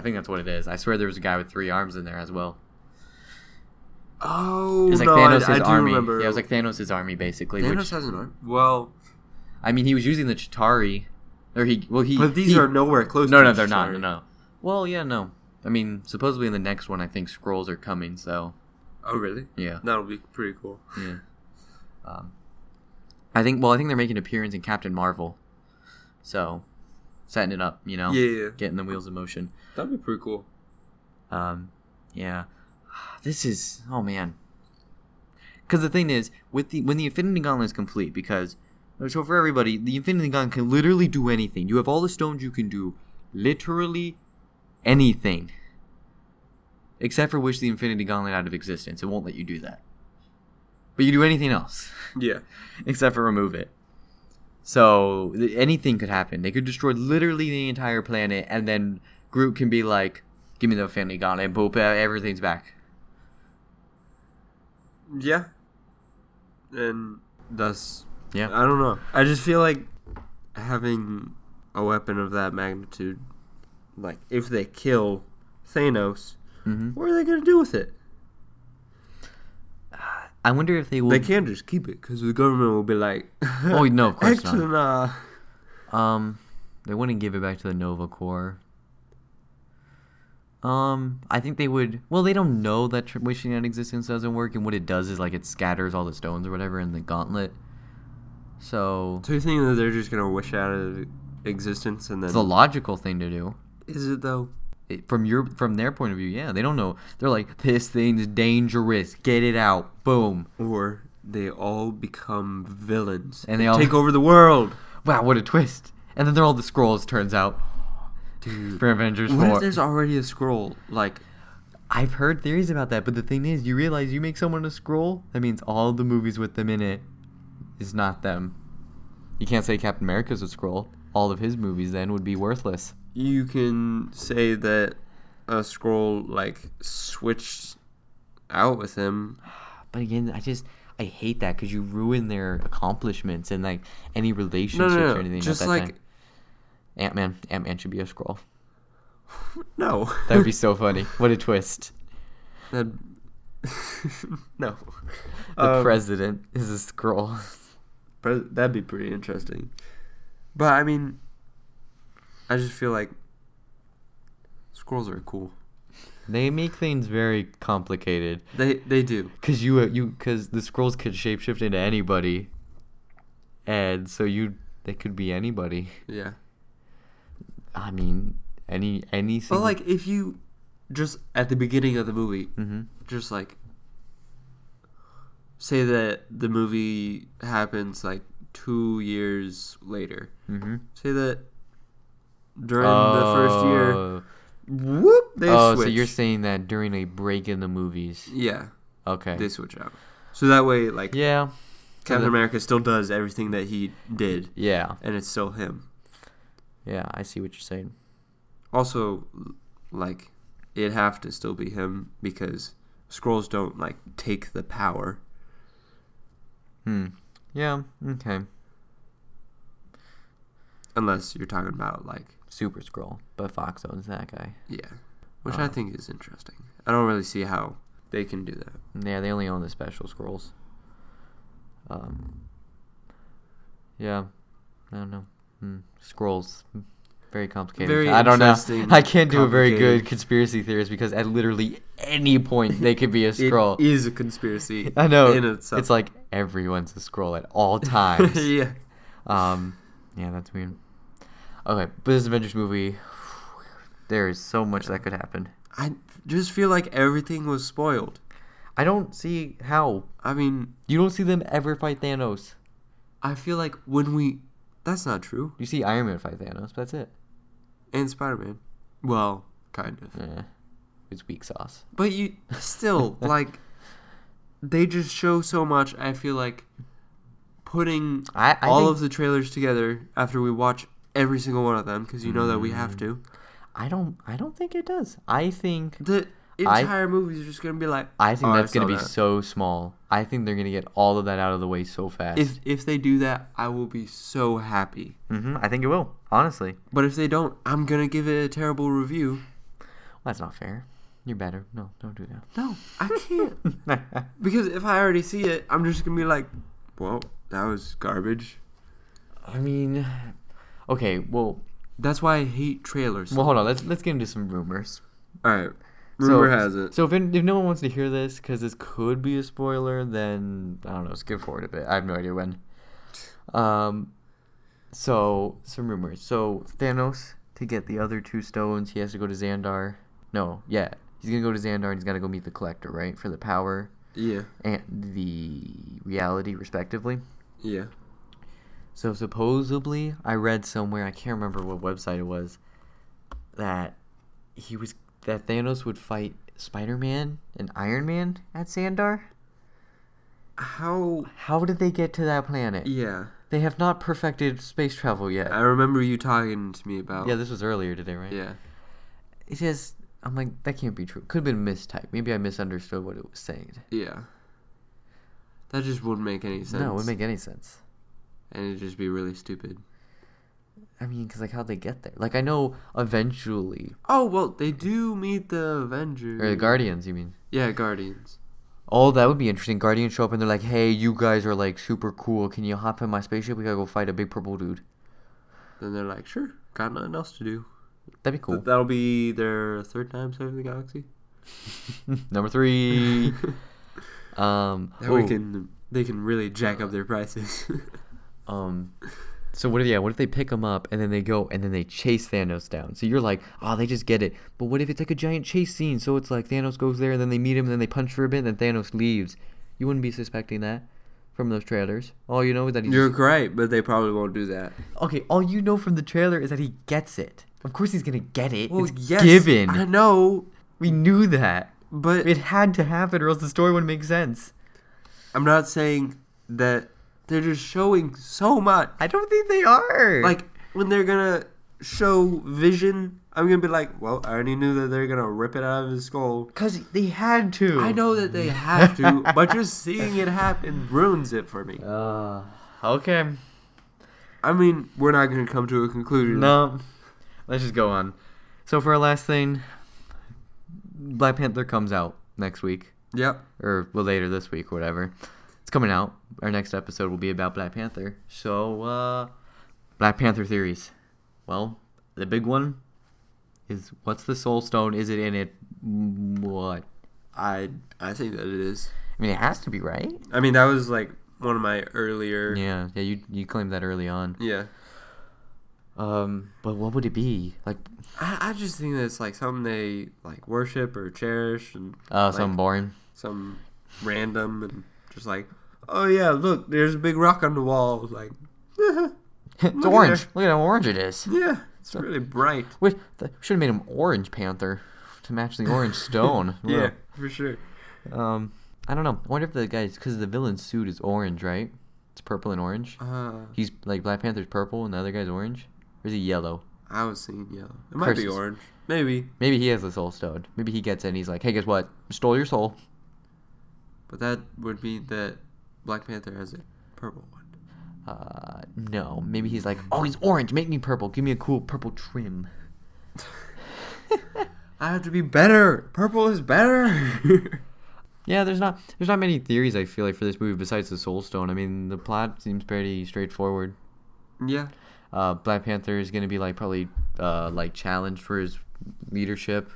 Speaker 1: think that's what it is. I swear there was a guy with three arms in there as well.
Speaker 2: Oh
Speaker 1: It was like
Speaker 2: no, I,
Speaker 1: Thanos'
Speaker 2: I do
Speaker 1: army.
Speaker 2: remember.
Speaker 1: Yeah, it was like Thanos' army basically.
Speaker 2: Thanos
Speaker 1: which
Speaker 2: has an arm. Well,
Speaker 1: I mean, he was using the Chitari, or he well he.
Speaker 2: but these
Speaker 1: he-
Speaker 2: are nowhere close.
Speaker 1: no
Speaker 2: to
Speaker 1: no
Speaker 2: each
Speaker 1: they're not no
Speaker 2: other.
Speaker 1: no. Well yeah no. I mean supposedly in the next one I think scrolls are coming so
Speaker 2: Oh really?
Speaker 1: yeah.
Speaker 2: That'll be pretty cool.
Speaker 1: Yeah. Um, I think. Well, I think they're making an appearance in Captain Marvel, so setting it up. You know,
Speaker 2: Yeah, yeah,
Speaker 1: getting the wheels in motion.
Speaker 2: that'd be pretty cool.
Speaker 1: Um, yeah. This is oh man. Because the thing is, with the when the Infinity Gauntlet is complete, because so for everybody, the Infinity Gauntlet can literally do anything. You have all the stones, you can do literally anything. Except for wish the Infinity Gauntlet out of existence. It won't let you do that. but you do anything else
Speaker 2: Yeah.
Speaker 1: except for remove it. So th- anything could happen. They could destroy literally the entire planet, and then Groot can be like, "Give me the Family Gauntlet, and boop, e- everything's back."
Speaker 2: Yeah. And thus,
Speaker 1: Yeah,
Speaker 2: I don't know. I just feel like having a weapon of that magnitude, like if they kill Thanos,
Speaker 1: hmm
Speaker 2: what are they gonna do with it?
Speaker 1: I wonder if they will.
Speaker 2: They can't just keep it because the government will be like,
Speaker 1: Oh, no, of course
Speaker 2: Actually,
Speaker 1: not.
Speaker 2: nah.
Speaker 1: Um, they wouldn't give it back to the Nova Corps. Um, I think they would. Well, they don't know that tr- wishing out existence doesn't work, and what it does is like it scatters all the stones or whatever in the gauntlet. So
Speaker 2: So you think that they're just gonna wish out of existence and then
Speaker 1: it's the logical thing to do.
Speaker 2: is it though?
Speaker 1: It- from your from their point of view, yeah, they don't know. They're like, this thing's dangerous. Get it out. Boom.
Speaker 2: Or they all become villains
Speaker 1: And they all-
Speaker 2: take over the world.
Speaker 1: Wow, what a twist! And then they're all the scrolls. Turns out,
Speaker 2: Dude,
Speaker 1: for Avengers
Speaker 2: what if
Speaker 1: Four.
Speaker 2: there's already a scroll? Like,
Speaker 1: I've heard theories about that, but the thing is, you realize you make someone a scroll, that means all the movies with them in it is not them. You can't say Captain America's a scroll. All of his movies then would be worthless.
Speaker 2: you can say that a scroll like switched out with him.
Speaker 1: But again, I just I hate that because you ruin their accomplishments and like any
Speaker 2: No,
Speaker 1: relationships
Speaker 2: no,
Speaker 1: or
Speaker 2: no,
Speaker 1: anything.
Speaker 2: Just like
Speaker 1: Ant Man, Ant Man should be a scroll.
Speaker 2: no.
Speaker 1: That would be so funny. What a twist!
Speaker 2: that no.
Speaker 1: The
Speaker 2: Um,
Speaker 1: president is a scroll.
Speaker 2: pres- that'd be pretty interesting. But I mean, I just feel like scrolls are cool.
Speaker 1: they make things very complicated.
Speaker 2: They they do.
Speaker 1: Cause you uh, you cause the scrolls could shapeshift into anybody, and so you they could be anybody.
Speaker 2: Yeah.
Speaker 1: I mean, any any.
Speaker 2: But
Speaker 1: single-
Speaker 2: like if you just at the beginning of the movie,
Speaker 1: Mhm.
Speaker 2: just like say that the movie happens like 2 years later.
Speaker 1: Mhm.
Speaker 2: Say that during the first year,
Speaker 1: Oh.
Speaker 2: whoop, they
Speaker 1: oh,
Speaker 2: switch.
Speaker 1: so you're saying that during a break in the movies?
Speaker 2: yeah,
Speaker 1: Okay.
Speaker 2: they switch out. So that way like
Speaker 1: yeah. So
Speaker 2: Captain
Speaker 1: the-
Speaker 2: America still does everything that he did,
Speaker 1: Yeah.
Speaker 2: and it's still him.
Speaker 1: Yeah. I see what you're saying.
Speaker 2: Also, l- like, it'd have to still be him because scrolls don't like take the power.
Speaker 1: Hmm. Yeah. Okay.
Speaker 2: Unless you're talking about like,
Speaker 1: Super scroll, but Fox owns that guy.
Speaker 2: yeah, which I think is interesting. I don't really see how they can do that.
Speaker 1: Yeah, they only own the special scrolls. Um. Yeah, I don't know. Hmm. Scrolls, Hmm. very complicated.
Speaker 2: Very
Speaker 1: I don't know.
Speaker 2: interesting,
Speaker 1: I can't do a very good
Speaker 2: complicated.
Speaker 1: conspiracy theorist because at literally any point they could be a scroll.
Speaker 2: It is a conspiracy.
Speaker 1: I know.
Speaker 2: in itself.
Speaker 1: It's like everyone's a scroll at all times.
Speaker 2: yeah,
Speaker 1: Um, yeah, that's weird. Okay, but this Avengers movie, there is so much that could happen.
Speaker 2: I just feel like everything was spoiled.
Speaker 1: I don't see how
Speaker 2: I mean,
Speaker 1: you don't see them ever fight Thanos.
Speaker 2: I feel like when we, that's not true.
Speaker 1: You see Iron Man fight Thanos, but that's it.
Speaker 2: And Spider Man, well, kind of.
Speaker 1: Eh, it's weak sauce.
Speaker 2: But you still like they just show so much. I feel like putting
Speaker 1: I, I
Speaker 2: all
Speaker 1: think-
Speaker 2: of the trailers together after we watch every single one of them because you know that we have to.
Speaker 1: I don't I don't think it does. I think
Speaker 2: The
Speaker 1: Mm. I-
Speaker 2: entire movie is just gonna be like
Speaker 1: I think
Speaker 2: "Oh,
Speaker 1: that's gonna
Speaker 2: saw
Speaker 1: be
Speaker 2: that."
Speaker 1: so small. I think they're gonna get all of that out of the way so fast.
Speaker 2: If if they do that, I will be so happy.
Speaker 1: mm-hmm, I think it will. Honestly, well,
Speaker 2: But if they don't, I'm gonna give it a terrible review.
Speaker 1: that's not fair. You're better. No, don't do
Speaker 2: No, I can't
Speaker 1: that.
Speaker 2: because if I already see it, I'm just gonna be like, well, that was garbage.
Speaker 1: I mean, okay. Well,
Speaker 2: That's why I hate trailers.
Speaker 1: well, hold on. Let's let's get into some rumors.
Speaker 2: all right, rumor
Speaker 1: so,
Speaker 2: has it.
Speaker 1: So if, in- if no one wants to hear this, because this could be a spoiler, then I don't know. Skip forward a bit. I have no idea when. Um, so some rumors. So Thanos to get the other two stones, he has to go to Xandar. No, yeah, he's gonna go to Xandar and he's gotta go meet the Collector, right, for the power
Speaker 2: Yeah,
Speaker 1: and the reality, respectively.
Speaker 2: yeah.
Speaker 1: So supposedly, I read somewhere I can't remember what website it was that he was that Thanos would fight Spider Man and Iron Man at Sandar,
Speaker 2: How?
Speaker 1: How did they get to that planet?
Speaker 2: Yeah,
Speaker 1: They have not perfected space travel yet.
Speaker 2: I remember you talking to me about.
Speaker 1: yeah, this was earlier today, right?
Speaker 2: yeah.
Speaker 1: It's just I'm like that can't be true. Could have been mistyped. Maybe I misunderstood what it was saying.
Speaker 2: Yeah. That just wouldn't make any sense.
Speaker 1: No, it wouldn't make any sense.
Speaker 2: and it'd just be really stupid.
Speaker 1: I mean, because like how they get there? Like I know eventually,
Speaker 2: Oh well, they do meet the Avengers.
Speaker 1: or the Guardians. You mean?
Speaker 2: yeah, Guardians.
Speaker 1: Oh, that would be interesting. Guardians show up and they're like, "Hey, you guys are like super cool. Can you hop in my spaceship? We gotta go fight a big purple dude.
Speaker 2: Then they're like, sure, got nothing else to do.
Speaker 1: That'd be cool."
Speaker 2: Th- that'll be their third time saving the galaxy.
Speaker 1: Number three. um.
Speaker 2: Now we
Speaker 1: ooh,
Speaker 2: can they can really jack up their prices.
Speaker 1: Um. So what if yeah? What if they pick him up and then they go and then they chase Thanos down? So you're like, oh, they just get it. But what if it's like a giant chase scene? So it's like Thanos goes there and then they meet him and then they punch for a bit and then Thanos leaves. You wouldn't be suspecting that from those trailers. All you know is that he's
Speaker 2: You're right, but they probably won't do that.
Speaker 1: okay. All you know from the trailer is that he gets it. Of course he's gonna get it. it's given.
Speaker 2: I know,
Speaker 1: We knew that.
Speaker 2: but
Speaker 1: It had to happen, or else the story wouldn't make sense.
Speaker 2: I'm not saying that they're just showing so much.
Speaker 1: I don't think they are.
Speaker 2: Like when they're gonna show Vision, I'm gonna be like, well, I already knew that they're gonna rip it out of his skull.
Speaker 1: Cause they had to.
Speaker 2: I know that they have to, but just seeing it happen ruins it for me.
Speaker 1: Uh, okay.
Speaker 2: I mean, we're not gonna come to a conclusion.
Speaker 1: No. Let's just go on. So for our last thing, Black Panther comes out next week
Speaker 2: Yep.
Speaker 1: or well later this week, whatever. It's coming out. Our next episode will be about Black Panther. So uh Black Panther theories. Well, the big one is what's the soul stone? Is it in it? Mm, What?
Speaker 2: I I think that it is.
Speaker 1: I mean, it has to be, right?
Speaker 2: I mean, that was like one of my earlier.
Speaker 1: Yeah, yeah, you you claimed that early on.
Speaker 2: yeah.
Speaker 1: Um, but what would it be? Like
Speaker 2: I, I just think that it's like something they like worship or cherish and
Speaker 1: uh
Speaker 2: like,
Speaker 1: something boring.
Speaker 2: some random and just like oh yeah look there's a big rock on the wall like
Speaker 1: it's
Speaker 2: at
Speaker 1: orange.
Speaker 2: there.
Speaker 1: Look at how orange it is.
Speaker 2: yeah it's really bright
Speaker 1: Which th- should have made him Orange Panther to match the orange stone.
Speaker 2: yeah for sure
Speaker 1: Um, I don't know. I wonder if the guys, because the villain's suit is orange, right? It's purple and orange.
Speaker 2: uh,
Speaker 1: He's like Black Panther's purple and the other guy's orange. Or is he yellow?
Speaker 2: I was seeing yellow it might be
Speaker 1: Curses.
Speaker 2: orange maybe
Speaker 1: Maybe he has the soul stone. Maybe he gets it and he's like, hey, guess what? Stole your soul.
Speaker 2: but that would be that Black Panther has a purple one
Speaker 1: Uh, no. Maybe he's like, oh, he's orange. Make me purple. Give me a cool purple trim.
Speaker 2: I have to be better purple is better
Speaker 1: Yeah, there's not there's not many theories I feel like for this movie besides the Soul Stone. I mean, the plot seems pretty straightforward.
Speaker 2: yeah
Speaker 1: uh, Black Panther is gonna be like probably uh, like challenged for his leadership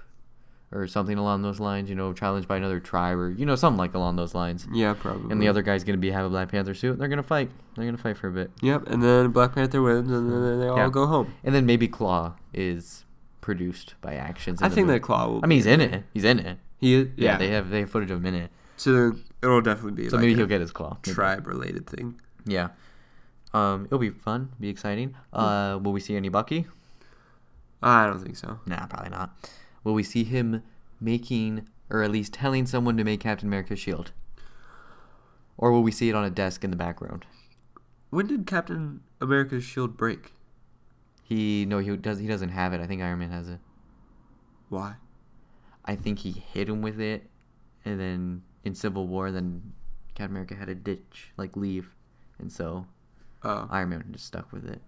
Speaker 1: or something along those lines. You know, challenged by another tribe or you know something like along those lines.
Speaker 2: yeah probably
Speaker 1: And the other guy's gonna be have a Black Panther suit. They're gonna fight. They're gonna fight for a bit.
Speaker 2: yep and then Black Panther wins and then they all
Speaker 1: Yeah.
Speaker 2: go home
Speaker 1: And then maybe Claw is produced by actions. in
Speaker 2: I
Speaker 1: the
Speaker 2: think
Speaker 1: movie.
Speaker 2: that Claw will
Speaker 1: I mean, he's in it. He's in it.
Speaker 2: he
Speaker 1: Yeah,
Speaker 2: yeah,
Speaker 1: they have they have footage of him in it.
Speaker 2: so then it'll definitely be
Speaker 1: So
Speaker 2: like
Speaker 1: maybe
Speaker 2: a
Speaker 1: he'll get his claw. Maybe.
Speaker 2: tribe related thing
Speaker 1: Yeah. Um, it'll be fun. Be exciting.
Speaker 2: Hmm.
Speaker 1: Uh, will we see any Bucky?
Speaker 2: I don't think so
Speaker 1: Nah, probably not. Will we see him making, or at least telling someone to make Captain America's shield? E Or will we see it on a desk in the background?
Speaker 2: When did Captain America's shield break?
Speaker 1: He no, he does. He doesn't have it. I think Iron Man has it.
Speaker 2: Why?
Speaker 1: I think he hit him with it, and then in Civil War, then Captain America had to ditch, like leave, and so
Speaker 2: Oh,
Speaker 1: Iron Man just stuck with it.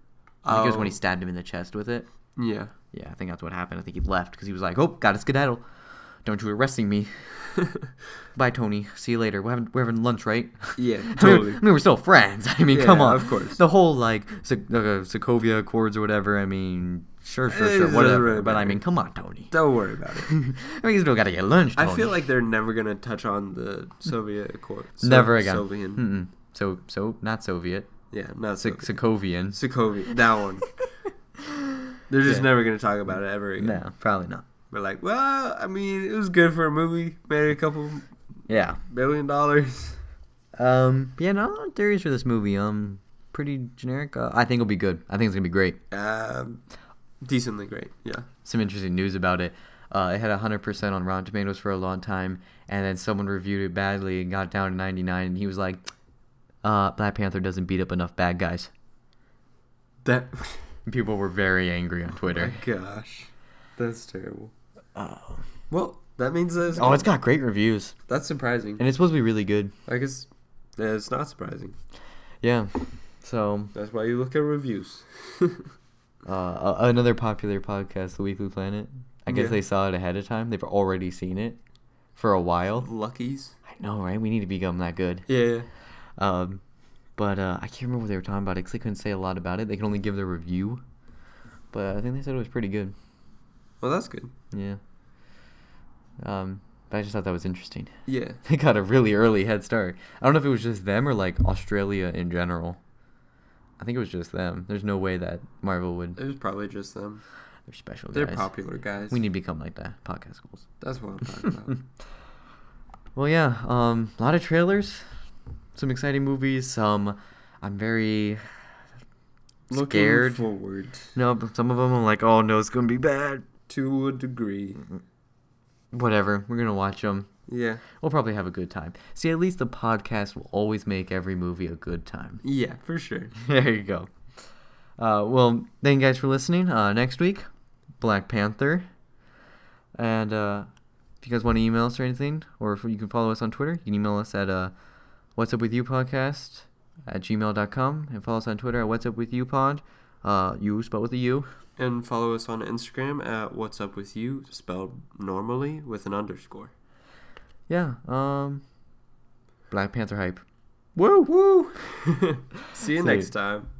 Speaker 1: I think it was when he
Speaker 2: Oh.
Speaker 1: stabbed him in the chest with it.
Speaker 2: yeah.
Speaker 1: Yeah, I think that's what happened. I think he left because he was like, "Oh, got a skedaddle! Don't you arresting me? Bye, Tony. See you later. We're having, we're having lunch, right?
Speaker 2: Yeah,
Speaker 1: I mean-
Speaker 2: totally.
Speaker 1: I mean, we're still friends. I mean, come
Speaker 2: Yeah,
Speaker 1: on.
Speaker 2: of course.
Speaker 1: The whole like Se- uh, Sokovia Accords or whatever. I mean, sure, sure,
Speaker 2: It
Speaker 1: sure,
Speaker 2: doesn't
Speaker 1: whatever.
Speaker 2: really
Speaker 1: but I
Speaker 2: matter.
Speaker 1: mean, come on, Tony.
Speaker 2: Don't worry about it.
Speaker 1: I mean, you still gotta get lunch. Tony.
Speaker 2: I feel like they're never gonna touch on the Soviet Accord. So-
Speaker 1: never again. Hmm.
Speaker 2: Soviet.
Speaker 1: Mm-mm. So, so not Soviet.
Speaker 2: Yeah, not
Speaker 1: So-
Speaker 2: Soviet.
Speaker 1: Sokovian.
Speaker 2: Sokovia. That one. They're just
Speaker 1: Yeah.
Speaker 2: never gonna talk about it ever again.
Speaker 1: No, probably not.
Speaker 2: We're like, well, I mean, it was good for a movie, made a couple
Speaker 1: Yeah.
Speaker 2: billion dollars.
Speaker 1: Um. Yeah. Not a lot of theories for this movie. Um. Pretty generic. Uh, I think it'll be good. I think it's gonna be great.
Speaker 2: Um, decently great. Yeah.
Speaker 1: some interesting news about it. Uh, it had 100% on Rotten Tomatoes for a long time, and then someone reviewed it badly and got down to 99, and he was like, uh, Black Panther doesn't beat up enough bad guys.
Speaker 2: That. oh
Speaker 1: And people were very angry on Twitter.
Speaker 2: Gosh, that's terrible.
Speaker 1: Oh,
Speaker 2: Well, that means that it's
Speaker 1: oh it's got great reviews,
Speaker 2: that's surprising.
Speaker 1: and it's supposed to be really good.
Speaker 2: I guess yeah, it's not surprising.
Speaker 1: Yeah. So,
Speaker 2: That's why you look at reviews.
Speaker 1: uh, a- another popular podcast, The Weekly Planet. I guess
Speaker 2: Yeah.
Speaker 1: they saw it ahead of time. They've already seen it for a while.
Speaker 2: Luckies.
Speaker 1: I know, right? We need to become that good.
Speaker 2: Yeah.
Speaker 1: Um, but uh, I can't remember what they were talking about because they couldn't say a lot about it. They could only give their review. But I think they said it was pretty good.
Speaker 2: Well, that's good.
Speaker 1: Yeah. Um, but I just thought that was interesting.
Speaker 2: Yeah.
Speaker 1: They got a really early head start. I don't know if it was just them or like Australia in general. I think it was just them. There's no way that Marvel would.
Speaker 2: It was probably just them.
Speaker 1: They're special
Speaker 2: Uh, They're
Speaker 1: guys.
Speaker 2: popular guys.
Speaker 1: We need to become like that. Podcast schools.
Speaker 2: That's what I'm talking about.
Speaker 1: Well, yeah, um, a lot of trailers, some exciting movies. Some I'm very
Speaker 2: Looking
Speaker 1: scared.
Speaker 2: forward
Speaker 1: No, but some of them I'm like, oh no, it's gonna be bad.
Speaker 2: to a degree.
Speaker 1: Whatever, we're gonna watch them.
Speaker 2: Yeah.
Speaker 1: We'll probably have a good time. See, at least the podcast will always make every movie a good time.
Speaker 2: Yeah, for sure.
Speaker 1: there you go. Uh, well, thank you guys for listening. Uh, next week, Black Panther. And uh, if you guys want to email us or anything, or if you can follow us on Twitter, you can email us at uh, What's Up With You Podcast at gmail.com and follow us on Twitter at What's Up With You Pod. Uh, you spelled with a U.
Speaker 2: And follow us on Instagram at What's Up With You, spelled normally with an underscore.
Speaker 1: Yeah. Um, Black Panther hype.
Speaker 2: Woo! Woo! See you
Speaker 1: See
Speaker 2: next
Speaker 1: you.
Speaker 2: time.